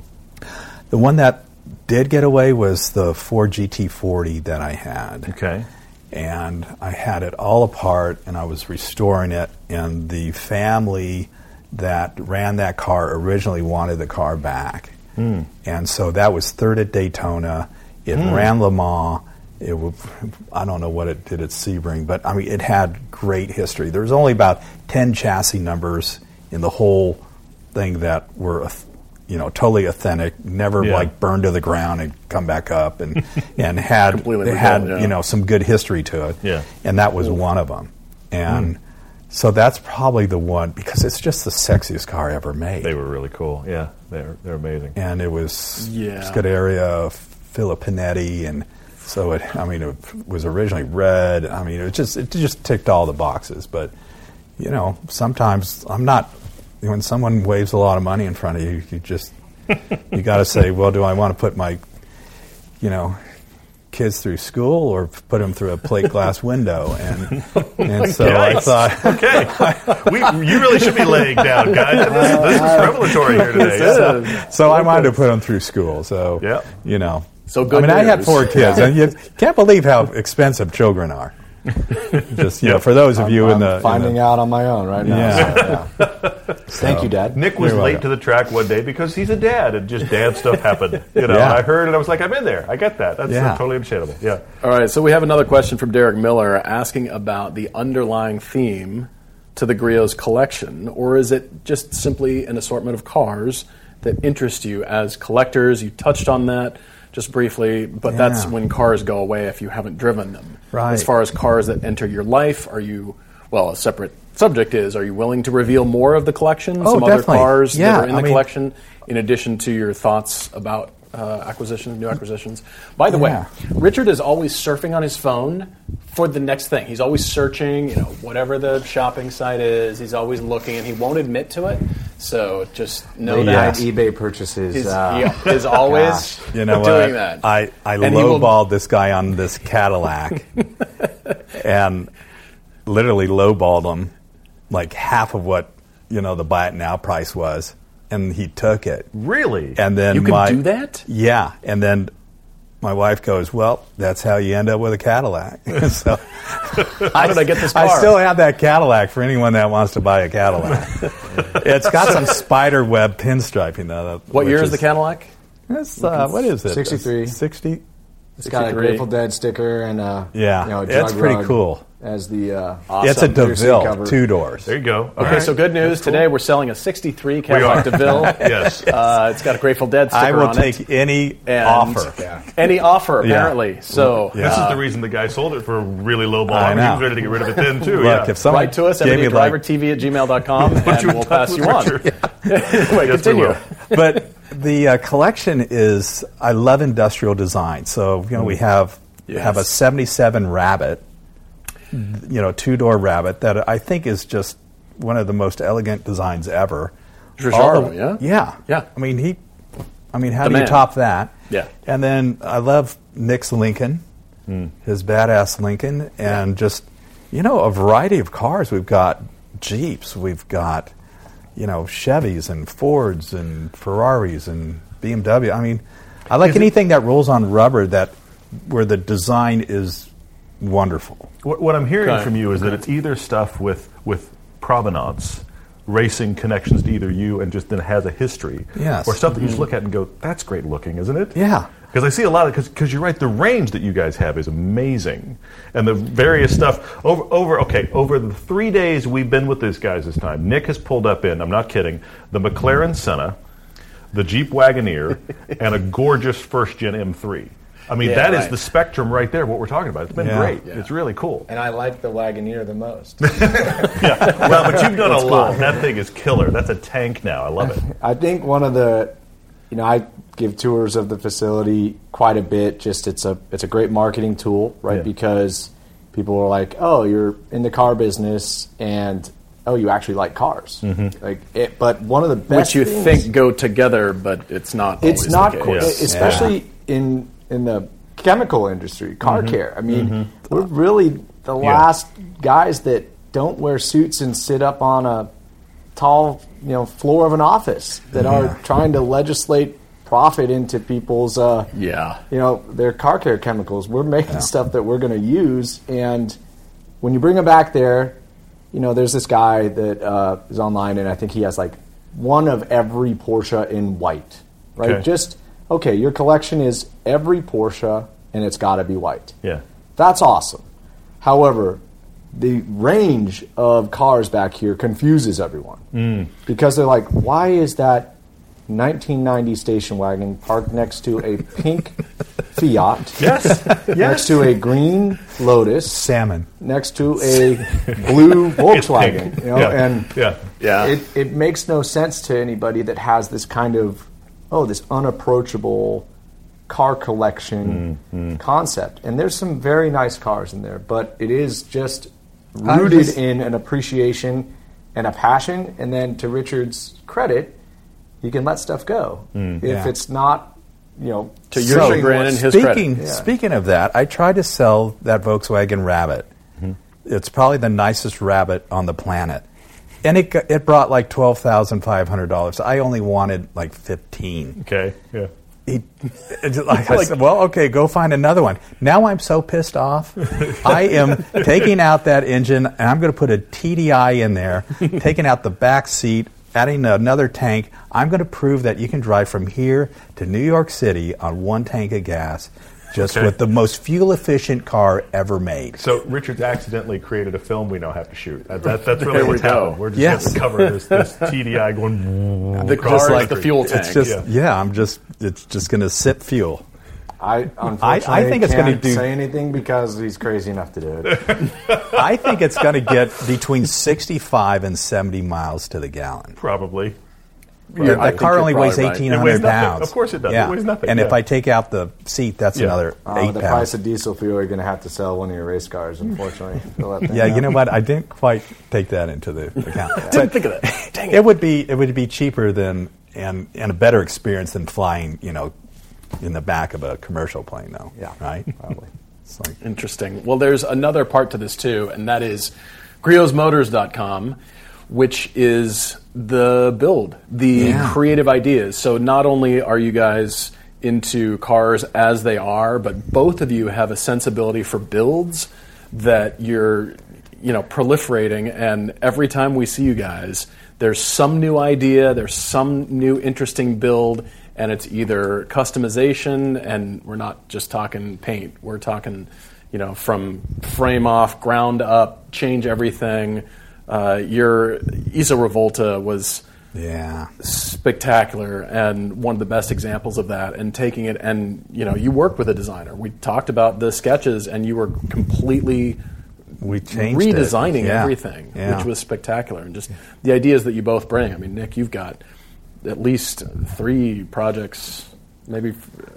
The one that did get away was the Ford GT40 that I had Okay. and I had it all apart and I was restoring it and the family that ran that car originally wanted the car back. And so that was third at Daytona. It ran Le Mans. It wa- I don't know what it did at Sebring, but I mean it had great history. There was only about 10 chassis numbers in the whole thing that were uh, you know totally authentic, never Yeah. like burned to the ground and come back up and and had Completely it had rebuilt, yeah. you know some good history to it. Yeah. Hmm. And that was one of them. And so that's probably the one because it's just the sexiest car ever made. They were really cool. Yeah, they're they're amazing. and it was Yeah. Scuderia Filippinetti and so it I mean it was originally red. I mean it just it just ticked all the boxes, but you know, sometimes I'm not when someone waves a lot of money in front of you, you just you got to say, well, do I want to put my you know, kids through school or put them through a plate glass window. And, and so I Yikes. thought, okay, we, you really should be laying down, guys. This is, this is revelatory here today. so I wanted to put them through school. So, Yeah. you know. So good I mean, I had news. four kids, and you can't believe how expensive children are. Just, you know, Yeah. for those of you I'm in the. in finding the- out on my own right now. Yeah. so, yeah. Thank you, Dad. Nick was You're late to welcome. the track one day because he's a dad, and just dad stuff happened. You know, Yeah. I heard, and I was like, I'm in there. I get that. That's uh, Yeah. totally understandable. Yeah. All right, so we have another question from Derek Miller asking about the underlying theme to the Griot's collection, or is it just simply an assortment of cars that interest you as collectors? You touched on that just briefly, but that's Yeah. when cars go away if you haven't driven them. Right. As far as cars that enter your life, are you well? A separate subject is: Are you willing to reveal more of the collection? Oh, some definitely. other cars Yeah, that are in I the mean- collection, in addition to your thoughts about uh, acquisitions, new acquisitions. By the Yeah. way, Richard is always surfing on his phone for the next thing. He's always searching, you know, whatever the shopping site is. He's always looking, and he won't admit to it. So just know The Yeah. that Yes. eBay purchases. is, uh, yeah, is always You know doing what? that. I, I And he will- lowballed this guy on this Cadillac and literally lowballed him like half of what, you know, the buy it now price was. And he took it. Really? And then You can my, do that? Yeah. And then my wife goes, Well, that's how you end up with a Cadillac. so How did I get this car? I still have that Cadillac for anyone that wants to buy a Cadillac. it's got some spider web pinstriping though. that- what which year is the Cadillac? It's, uh, what is it? 63. Sixty. it's got a 63. Grateful Dead sticker and a Yeah, you know, a it's drug pretty rug cool. As the uh, It's a rear seat DeVille, cover. two doors. There you go. Okay, so good news. Today we're selling a 63 Cadillac are. DeVille. Yes. Uh, it's got a Grateful Dead sticker I will on take it. any And offer. Any offer, apparently. So Yeah. This is the reason the guy sold it for a really low ball. I I mean, he know. was ready to get rid of it then, too. Look, yeah. if someone Write to us at gave me like, drivertv at gmail.com Put you and in we'll touch pass you with on. Richard. Wait, Yes, we continue. will. but the uh, collection is I love industrial design. So you know we have Mm. Yes. have a '77 Rabbit, you know, two door Rabbit that I think is just one of the most elegant designs ever. Giugiaro, All yeah? yeah, Yeah. I mean he, I mean how The do man. you top that? Yeah. and then I love Nick's Lincoln, his badass Lincoln, and just you know a variety of cars. We've got Jeeps, we've got you know Chevys and Fords and Ferraris and BMW. I mean, I like anything that rolls on rubber that where the design is wonderful. What, what I'm hearing Okay. from you is that it's either stuff with with provenance, racing connections to either you and just then has a history, Yes. or stuff that you just look at and go, "That's great looking, isn't it?" Yeah. Because I see a lot of because you're right. The range that you guys have is amazing, and the various stuff over over okay over the three days we've been with these guys this time. Nick has pulled up in. I'm not kidding. The McLaren Senna, the Jeep Wagoneer, and a gorgeous first gen M3. I mean, Yeah, that is right. the spectrum right there. What we're talking about. It's been Yeah. great. Yeah. It's really cool. And I like the Wagoneer the most. well, but you've done a lot. That thing is killer. That's a tank now. I love it. I think one of the, you know, I give tours of the facility quite a bit. Just it's a it's a great marketing tool, right? Yeah. Because people are like, oh, you're in the car business, and oh, you actually like cars, like. It, but one of the best Mm-hmm. Which you things- think go together, but it's not. it's always not the cool, case. Yes. especially in in the chemical industry, car care. I mean, we're really the last guys that don't wear suits and sit up on a tall, you know, floor of an office that are trying to legislate profit into people's uh, Yeah. you know, their car care chemicals. We're making stuff that we're going to use, and when you bring them back there, you know, there's this guy that uh, is online, and I think he has like one of every Porsche in white, right? Okay. Just okay. Your collection is every Porsche, and it's got to be white. Yeah. That's awesome. However, the range of cars back here confuses everyone Mm. because they're like, why is that 1990 station wagon parked next to a pink Fiat? Yes. Next to a green Lotus, Salmon. next to a blue Volkswagen, pink. you know, Yeah. and Yeah. Yeah. it, it makes no sense to anybody that has this kind of oh this unapproachable car collection Mm-hmm. concept and there's some very nice cars in there but it is just I'm rooted just- in an appreciation and a passion and then to richard's credit he can let stuff go if Mm. yeah. it's not you know To your something chagrin what's- and his credit. speaking, Yeah. Speaking of that, I tried to sell that Volkswagen Rabbit. Mm-hmm. It's probably the nicest Rabbit on the planet, and it g- it brought like twelve thousand five hundred dollars. I only wanted like fifteen. Okay. Yeah. He, it's like I said, well, okay, go find another one. Now I'm so pissed off. I am taking out that engine and I'm going to put a TDI in there, taking out the back seat, adding another tank. I'm going to prove that you can drive from here to New York City on one tank of gas, just Okay. with the most fuel efficient car ever made. So Richard's accidentally created a film we now have to shoot. That, that, that's really There we what's go. happened. We're just Yes. gonna cover this, this TDI going. The across car is country. the fuel tank. It's just Yeah. yeah. I'm just it's just going to sip fuel. i unfortunately I think it's gonna can't do- say anything because he's crazy enough to do it I think it's going to get between 65 and 70 miles to the gallon. Probably. Right. That I think car you're only weighs probably right. 1,800 It weighs nothing. pounds. Of course it does. It weighs nothing, And if yeah. I take out the seat, that's Yeah. another Oh, eight the pounds. price of diesel fuel, you're going to have to sell one of your race cars, unfortunately. to fill that thing yeah, up. you know what? I didn't quite take that into the account. Didn't think of that. Dang it. it. would be it would be cheaper than and and a better experience than flying, you know, in the back of a commercial plane, though. Yeah, right. probably. It's like Interesting. Well, there's another part to this too, and that is griotsmotors.com, which is the build, the creative ideas. So not only are you guys into cars as they are, but both of you have a sensibility for builds that you're you know proliferating and every time we see you guys there's some new idea there's some new interesting build and it's either customization and we're not just talking paint we're talking you know from frame off ground up change everything uh, your isa revolta was yeah. spectacular and one of the best examples of that and taking it and you know you worked with a designer we talked about the sketches and you were completely We changed it. redesigning Yeah. everything Yeah. which was spectacular and just the ideas that you both bring i mean nick you've got at least three projects maybe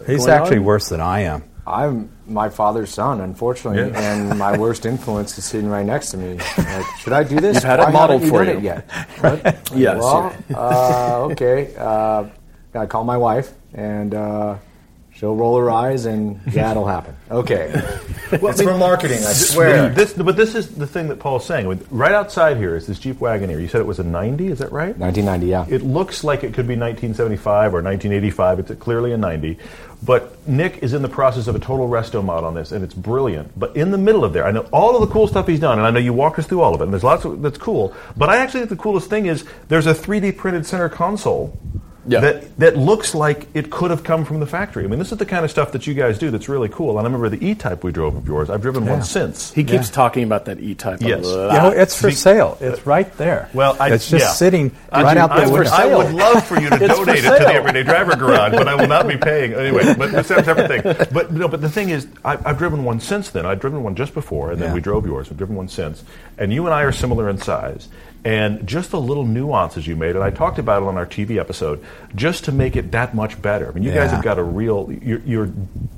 He's going actually on? worse than I am. I'm my father's son, unfortunately, Yeah. and my worst influence is sitting right next to me. Like, should I do this? You've had it Why modeled haven't you for done you. it yet. What? Yes, Well, uh, okay. Uh, I call my wife, and uh, she'll roll her eyes, and that'll happen. Okay. it's for marketing, I swear. This, but this is the thing that Paul's saying. With- Right outside here is this Jeep Wagoneer. You said it was a 90, is that right? 1990, yeah. It looks like it could be 1975 or 1985. It's clearly a 90. But Nick is in the process of a total resto mod on this, and it's brilliant. But in the middle of there, I know all of the cool stuff he's done, and I know you walked us through all of it, and there's lots of, that's cool. But I actually think the coolest thing is there's a 3D printed center console Yeah. that, that looks like it could have come from the factory. I mean, this is the kind of stuff that you guys do that's really cool. And I remember the E type we drove of yours. I've driven one since. he keeps talking about that e-type Yes. a You know, lot. it's for sale. It's right there. Well, I, it's just yeah. sitting I- right out I there. would, window. I would love for you to It's for donate it to the sale. Everyday Driver Garage, but I will not be paying anyway. But that's a separate thing. But no, but the thing is, I, I've driven one since then. I've driven one just before, and then Yeah. we drove yours. I've driven one since, and you and I are similar in size. And just the little nuances you made, and I talked about it on our TV episode, just to make it that much better. I mean, you guys Yeah. have got a real, you're, you're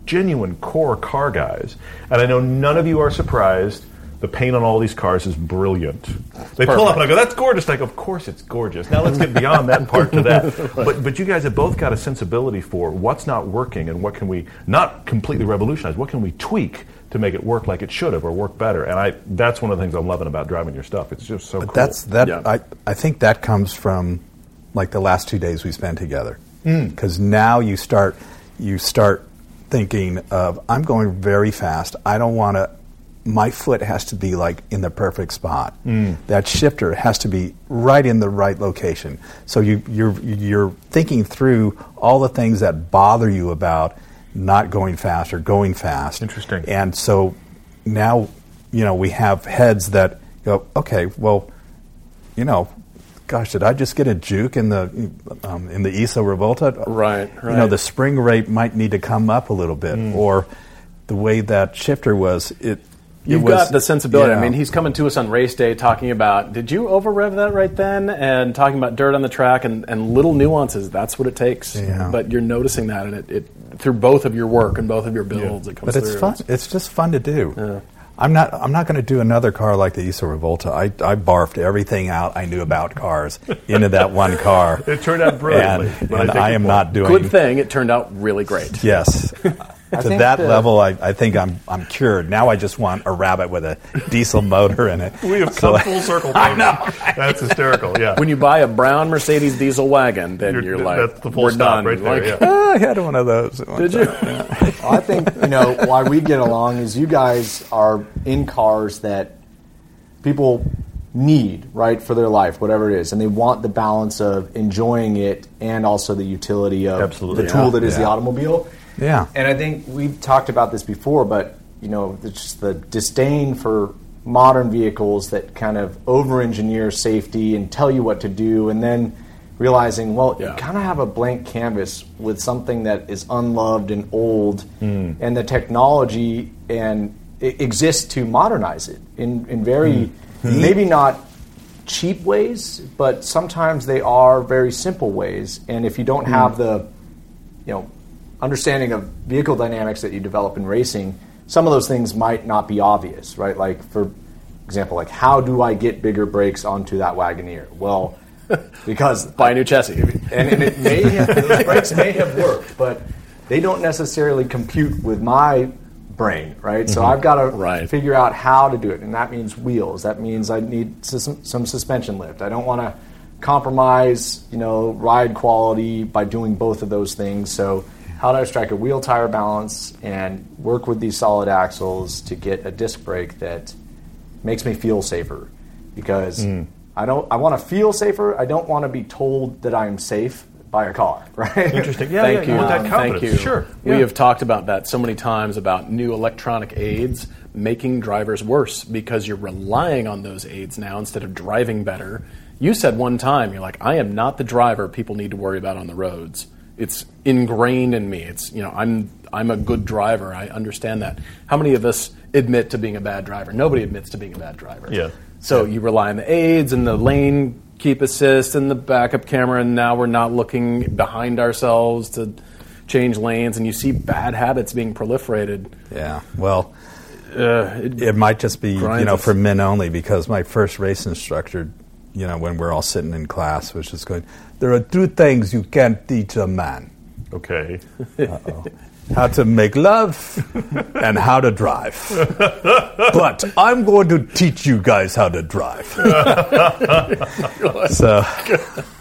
genuine core car guys, and I know none of you are surprised. The paint on all these cars is brilliant. They pull up and I go, "That's gorgeous." Like, of course it's gorgeous. Now let's get beyond that part to that. But but you guys have both got a sensibility for what's not working and what can we not completely revolutionize. What can we tweak to make it work like it should have or work better? And I that's one of the things I'm loving about driving your stuff. It's just so. But cool. that's that. Yeah. I I think that comes from like the last two days we spent together. Because now you start you start thinking of I'm going very fast. I don't want to. My foot has to be like in the perfect spot. That shifter has to be right in the right location. So you you're you're thinking through all the things that bother you about not going fast or going fast. Interesting. And so now, you know, we have heads that go, okay, well, you know, gosh, did I just get a juke in the um, in the ISO Revolta? Right, You know, right. Hmm. the spring rate might need to come up a little bit, or the way that shifter was, it. it You've was, got the sensibility. yeah. I mean, he's coming to us on race day talking about, did you over rev that right then? And talking about dirt on the track and, and little nuances. That's what it takes. Yeah. But you're noticing that and it, it through both of your work and both of your builds. It comes But it's through. fun. It's just fun to do. I'm not. I'm not going to do another car like the Issa Revolta. I, I barfed everything out I knew about cars into that one car. It turned out brilliantly, and, but I and take I, your am point. not doing. Good thing it turned out really great. Yes. to think that the- level, I, I think I'm, I'm cured. Now I just want a rabbit with a diesel motor in it. we have So come I- full circle. I David. know. That's hysterical. Yeah. When you buy a brown Mercedes diesel wagon, then you're, You're- like, that's the full we're done. stop right there. Like, yeah. I had one of those. at one Did time. you? Well, I think you know why we get along is you guys are in cars that people need right for their life, whatever it is, and they want the balance of enjoying it and also the utility of Absolutely. the tool Yeah. that is the Yeah. automobile. Yeah. and I think we've talked about this before, but you know, it's just the disdain for modern vehicles that kind of over-engineer safety and tell you what to do, and then realizing, well, Yeah. you kind of have a blank canvas with something that is unloved and old, and the technology e-, and it exists to modernize it in, in very Hmm. maybe not cheap ways, but sometimes they are very simple ways. And if you don't have the, you know, understanding of vehicle dynamics that you develop in racing, some of those things might not be obvious, right? Like for example, like how do I get bigger brakes onto that Wagoneer? Well, because Buy a new chassis. and, and it may have, those brakes may have worked, but they don't necessarily compute with my brain, right? So I've got to Mm-hmm. Right. figure out how to do it, and that means wheels. That means I need sus- some suspension lift. I don't want to compromise, you know, ride quality by doing both of those things. So how do I strike a wheel tire balance and work with these solid axles to get a disc brake that makes me feel safer because I don't. I want to feel safer. I don't want to be told that I'm safe by a car. Right? Interesting. Yeah, Thank yeah, you. you want that Um, confidence. Thank you. Sure. We yeah. have talked about that so many times about new electronic aids making drivers worse because you're relying on those aids now instead of driving better. You said one time, you're like, I am not the driver people need to worry about on the roads. It's ingrained in me. It's you know, I'm I'm a good driver. I understand that. How many of us admit to being a bad driver? Nobody admits to being a bad driver. Yeah. So you rely on the aids and the lane keep assist and the backup camera, and now we're not looking behind ourselves to change lanes, and you see bad habits being proliferated. Yeah. Well, it, might just be you Uh, grinds know us. for men only because my first race instructor, you know, when we're all sitting in class, was just going, "There are two things you can't teach a man: Okay. how to make love and how to drive." but I'm going to teach you guys how to drive. so,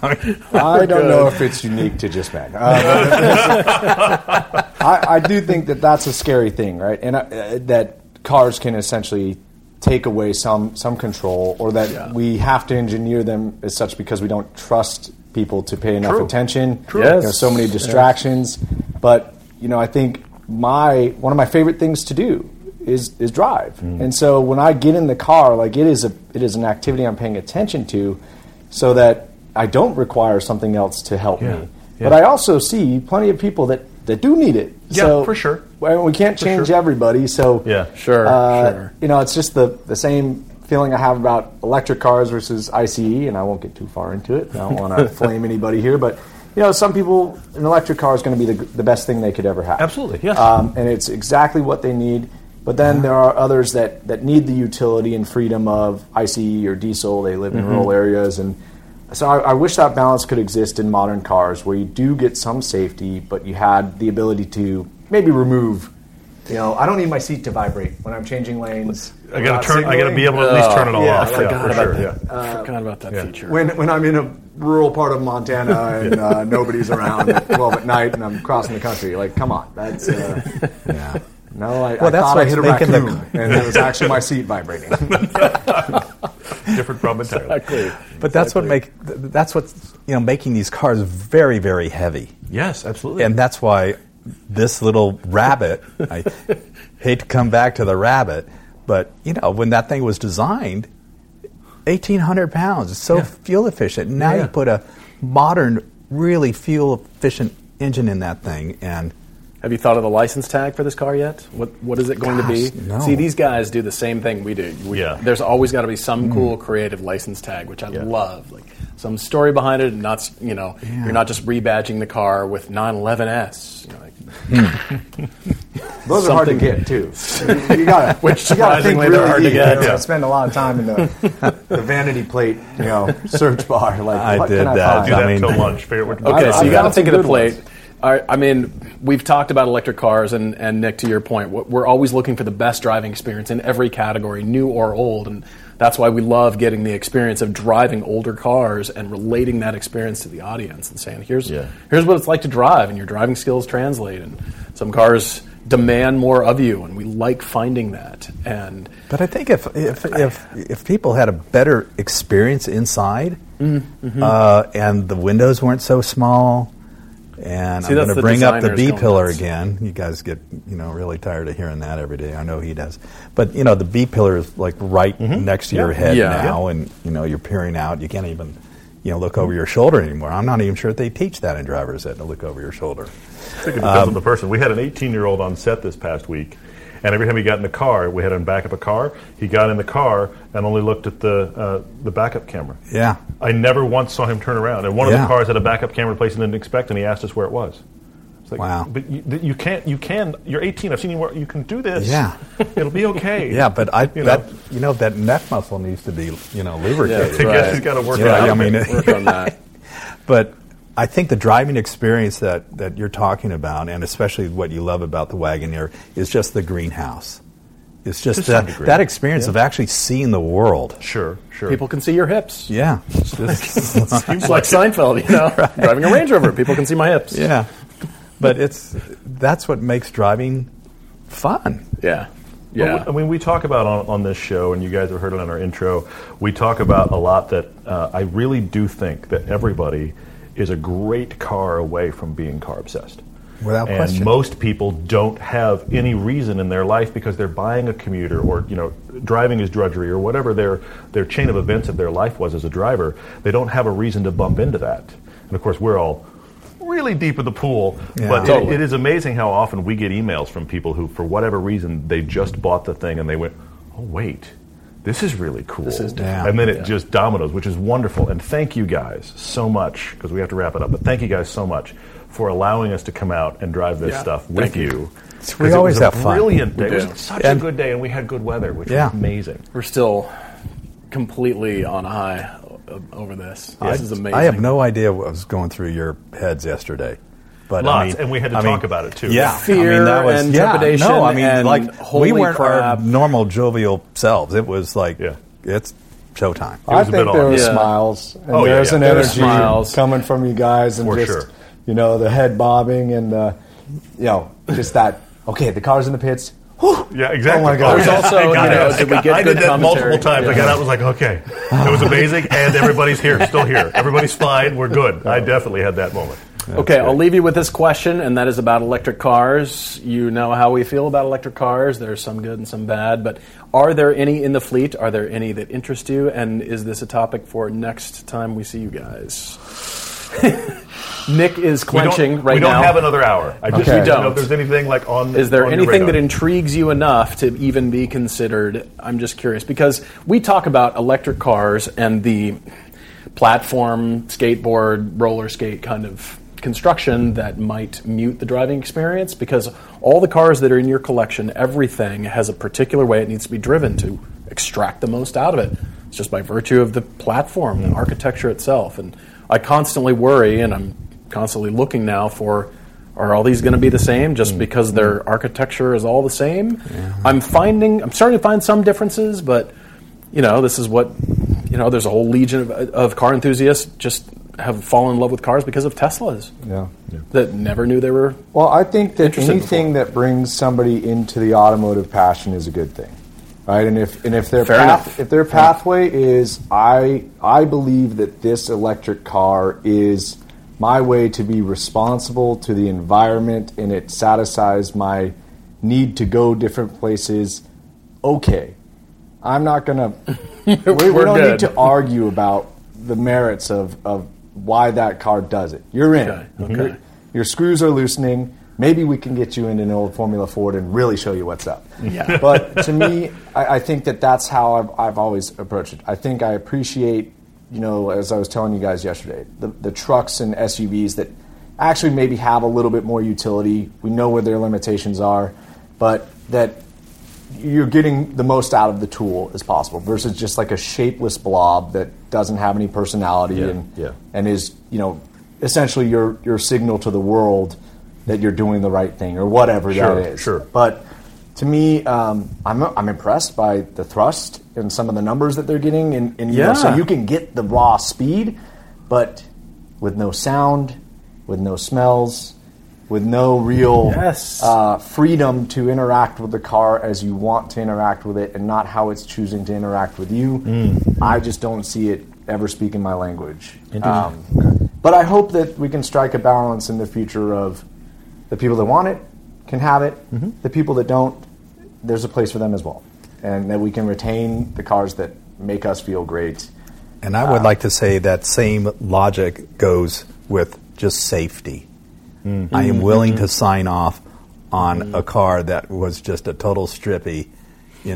I don't know if it's unique to just men. Uh, I, I do think that that's a scary thing, right? And uh, that cars can essentially take away some some control, or that we have to engineer them as such because we don't trust people to pay enough True. attention. True. You know, Yes. so many distractions, but you know, I think my one of my favorite things to do is is drive. Mm. And so when I get in the car, like it is a it is an activity I'm paying attention to, so that I don't require something else to help Yeah. me. Yeah. But I also see plenty of people that that do need it. Yeah, so, for sure. well, we can't For change sure. everybody, so Yeah. Sure, uh, sure. You know, it's just the the same feeling I have about electric cars versus ICE, and I won't get too far into it. I don't want to flame anybody here, but you know, some people an electric car is going to be the, the best thing they could ever have. Absolutely, yes. Um, and it's exactly what they need. But Mm-hmm. then there are others that, that need the utility and freedom of ICE or diesel. They Mm-hmm. live in rural areas, and so I, I wish that balance could exist in modern cars, where you do get some safety, but you had the ability to maybe remove. You know, I don't need my seat to vibrate when I'm changing lanes. I Without gotta turn. I gotta signaling. be able to at least turn it all yeah, off. I forgot for sure. that. Yeah. forgot about that feature. when when I'm in a rural part of Montana and uh, nobody's around at 12 at night and I'm crossing the country. Like, come on, that's. Uh, yeah. no, I, I that's thought I what's hit a making raccoon, the- and it was actually my seat vibrating. Different problem entirely. But that's what make th- that's what you know making these cars very very heavy. Yes, absolutely. and that's why this little rabbit i hate to come back to the rabbit but you know when that thing was designed 1800 pounds it's so Yeah. fuel efficient now Yeah. you put a modern really fuel efficient engine in that thing and Have you thought of the license tag for this car yet? What what is it going to Gosh, be? no. See, these guys do the same thing we do. We, Yeah. Mm. There's always got to be some cool creative license tag, which I Yeah. love. Like some story behind it, and not s- you know Yeah. you're not just rebadging the car with 911s. You know, like, Those are hard Something- to get too. You, you gotta, Which you gotta think surprisingly really they're hard to deep, get, You know, yeah. Spend a lot of time in the, the vanity plate, you know, search bar. Like, I what did can I that. find? do that I mean- till lunch. Figure out what to do. Okay, I- so I you got to found think of some the good plate. ones. All right, I mean, we've talked about electric cars, and, and Nick, to your point, we're- we're always looking for the best driving experience in every category, new or old, and that's why we love getting the experience of driving older cars and relating that experience to the audience and saying, here's Yeah. here's what it's like to drive, and your driving skills translate, and some cars demand more of you, and we like finding that, and but i think if if if, if people had a better experience inside Mm-hmm. uh, and the windows weren't so small and See, that's I'm going the to bring up the designers B going pillar nuts. again. You guys get you know really tired of hearing that every day. I know he does, but you know the B pillar is like right next to your head Mm-hmm. Yeah. now, and you know you're peering out. You can't even you know look over your shoulder anymore. I'm not even sure if they teach that in driver's ed to look over your shoulder. um, I think it depends on the person. We had an 18 year old on set this past week, And every time he got in the car, we had him back up a car. He got in the car and only looked at the uh, the backup camera. Yeah. I never once saw him turn around. And one of Yeah. the cars had a backup camera placed and didn't expect, and he asked us where it was. It's like, Wow. But you, th- you can't. You can. You're 18. I've seen you. work. You can do this. Yeah. It'll be okay. Yeah, but I You that know. you know that neck muscle needs to be you know lubricated. I Yeah, guess Right. he's got to work You it know, out. I mean, Work on that. but I think the driving experience that, that you're talking about, and especially what you love about the Wagoneer, is just the greenhouse. It's just To some that, degree. that experience of actually seeing the world. sure, sure. People can see your hips. Yeah. It's just- It's like Seinfeld, you know, driving a Range Rover. People can see my hips. yeah. But it's that's what makes driving fun. yeah, But yeah. we- I mean, we talk about on, on this show, and you guys have heard it on our intro. We talk about a lot that uh, I really do think that everybody is a great car away from being car obsessed. Without and question. most people don't have any reason in their life because they're buying a commuter or you know driving is drudgery or whatever their their chain of events of their life was as a driver. They don't have a reason to bump into that. And of course, we're all really deep in the pool, Yeah. but it- Totally. it is amazing how often we get emails from people who, for whatever reason, they just bought the thing and they went, "Oh wait, this is really cool." This is different. And then it Yeah. just dominoes, which is wonderful. And thank you guys so much because we have to wrap it up. But thank you guys so much for allowing us to come out and drive this Yeah. stuff Thank with you. It's- 'Cause we it was always a have fun. Brilliant day. It do. was such And- a good day, and we had good weather, which Yeah. was amazing. We're still completely on high o- over this. This is amazing. I have no idea what was going through your heads yesterday. But I Lots, mean- and we had to I talk mean, about it too. Yeah, I Fear mean, that was, and yeah, trepidation No, I mean, and like holy we weren't crap. our normal jovial selves. It was like Yeah. it's showtime. was I a think bit there odd. were Yeah. smiles, and Oh, yeah, there's yeah. an There were energy smiles. coming from you guys, and For just sure. you know the head bobbing and the you know just that. Okay, the car's in the pits. Whew. Yeah, exactly. Oh my There's God! yeah. also, I you got know, it. I did we got- get I good did that commentary? multiple times. I Yeah. got out and was like, okay, it was amazing, and everybody's here, still here. Everybody's fine, we're good. I definitely had that moment. Okay, I'll leave you with this question, and that is about electric cars. You know how we feel about electric cars. There are some good and some bad, but are there any in the fleet? Are there any that interest you? And is this a topic for next time we see you guys? Nick is We don't, clenching right we don't now. have another hour. I just Okay. need to know Don't. if there's anything like on. Is there on your anything that radar. intrigues you enough to even be considered? I'm just curious because we talk about electric cars and the platform, skateboard, roller skate kind of construction that might mute the driving experience because all the cars that are in your collection, everything has a particular way it needs to be driven to extract the most out of it. It's just by virtue of the platform, the architecture itself. And I constantly worry, and I'm constantly looking now for are all these going to be the same just because their architecture is all the same? I'm finding, I'm starting to find some differences, but you know, this is what, you know, there's a whole legion of, of car enthusiasts just have fallen in love with cars because of Teslas Yeah. Yeah. that never knew they were. Well, I think that Interested anything that brings somebody into the automotive passion is a good thing, right? And if and if their Fair path, enough. if their pathway is I I believe that this electric car is my way to be responsible to the environment, and it satisfies my need to go different places. Okay, I'm not gonna. we, we We're don't good. need to argue about the merits of of why that car does it. You're in. Okay, You're- okay. your screws are loosening. Maybe we can get you in an old Formula Ford and really show you what's up. Yeah. but to me, I, I think that that's how I've, I've always approached it. I think I appreciate, you know, as I was telling you guys yesterday, the, the trucks and SUVs that actually maybe have a little bit more utility. We know where their limitations are, but that you're getting the most out of the tool as possible versus just like a shapeless blob that doesn't have any personality and yeah. and is you know essentially your your signal to the world that you're doing the right thing or whatever Sure, that is. sure. But to me, um, I'm I'm impressed by the thrust and some of the numbers that they're getting, and, and you know, so Yeah. you can get the raw speed, but with no sound, with no smells, with no real Yes. uh, freedom to interact with the car as you want to interact with it and not how it's choosing to interact with you. I just don't see it ever speaking my language. Um, but I hope that we can strike a balance in the future of the people that want it can have it, the people that don't, there's a place for them as well. And that we can retain the cars that make us feel great. And I would like to say that same Mm-hmm. logic goes with just safety. I am willing to sign off on a car that was just a total strippy, you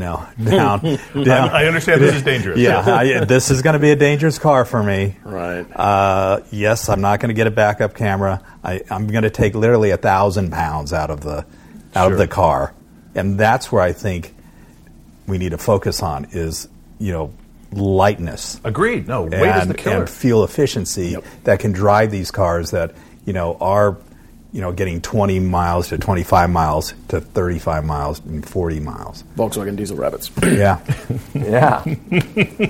know, down. down. I understand this is dangerous. Yeah, I, this is going to be a dangerous car for me. Right. Uh, yes, I'm not going to get a backup camera. I, I'm going to take literally a thousand pounds out of the out of the car, and that's where I think we need to focus on is you know lightness Agreed. No, weight is and, the killer. and fuel efficiency that can drive these cars that you know are you know getting 20 miles to 25 miles to 35 miles and 40 miles. Volkswagen diesel rabbits. Yeah, Yeah.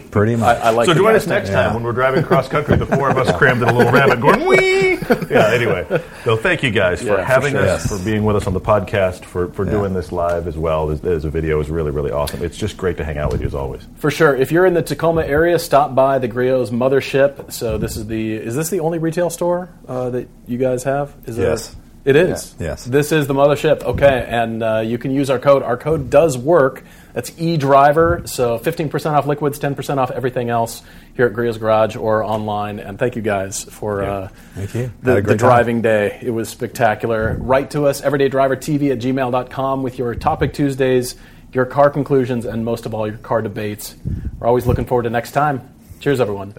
pretty I, much. I like so the join guys us next that- time when we're driving cross country. The four of us crammed in a little rabbit going wee. Yeah. Anyway, so thank you guys Yeah, for for having sure. us, Yes. for being with us on the podcast, for, for doing this live as well as, as a video. is really really awesome. It's just great to hang out with you as always. For sure. If you're in the Tacoma area, stop by the Griot's Mothership. So this is the is this the only retail store uh, that you guys have? Is there- Yes. It is. Yeah. Yes. This is the mothership. Okay, and uh, you can use our code. Our code does work. That's eDriver. So 15% off liquids, 10% off everything else here at Griot's Garage or online. And thank you guys for uh, Thank you. Had the, a the great time. driving day. It was spectacular. Write to us, everydaydrivertv at gmail.com, with your Topic Tuesdays, your car conclusions, and most of all, your car debates. We're always looking forward to next time. Cheers, everyone.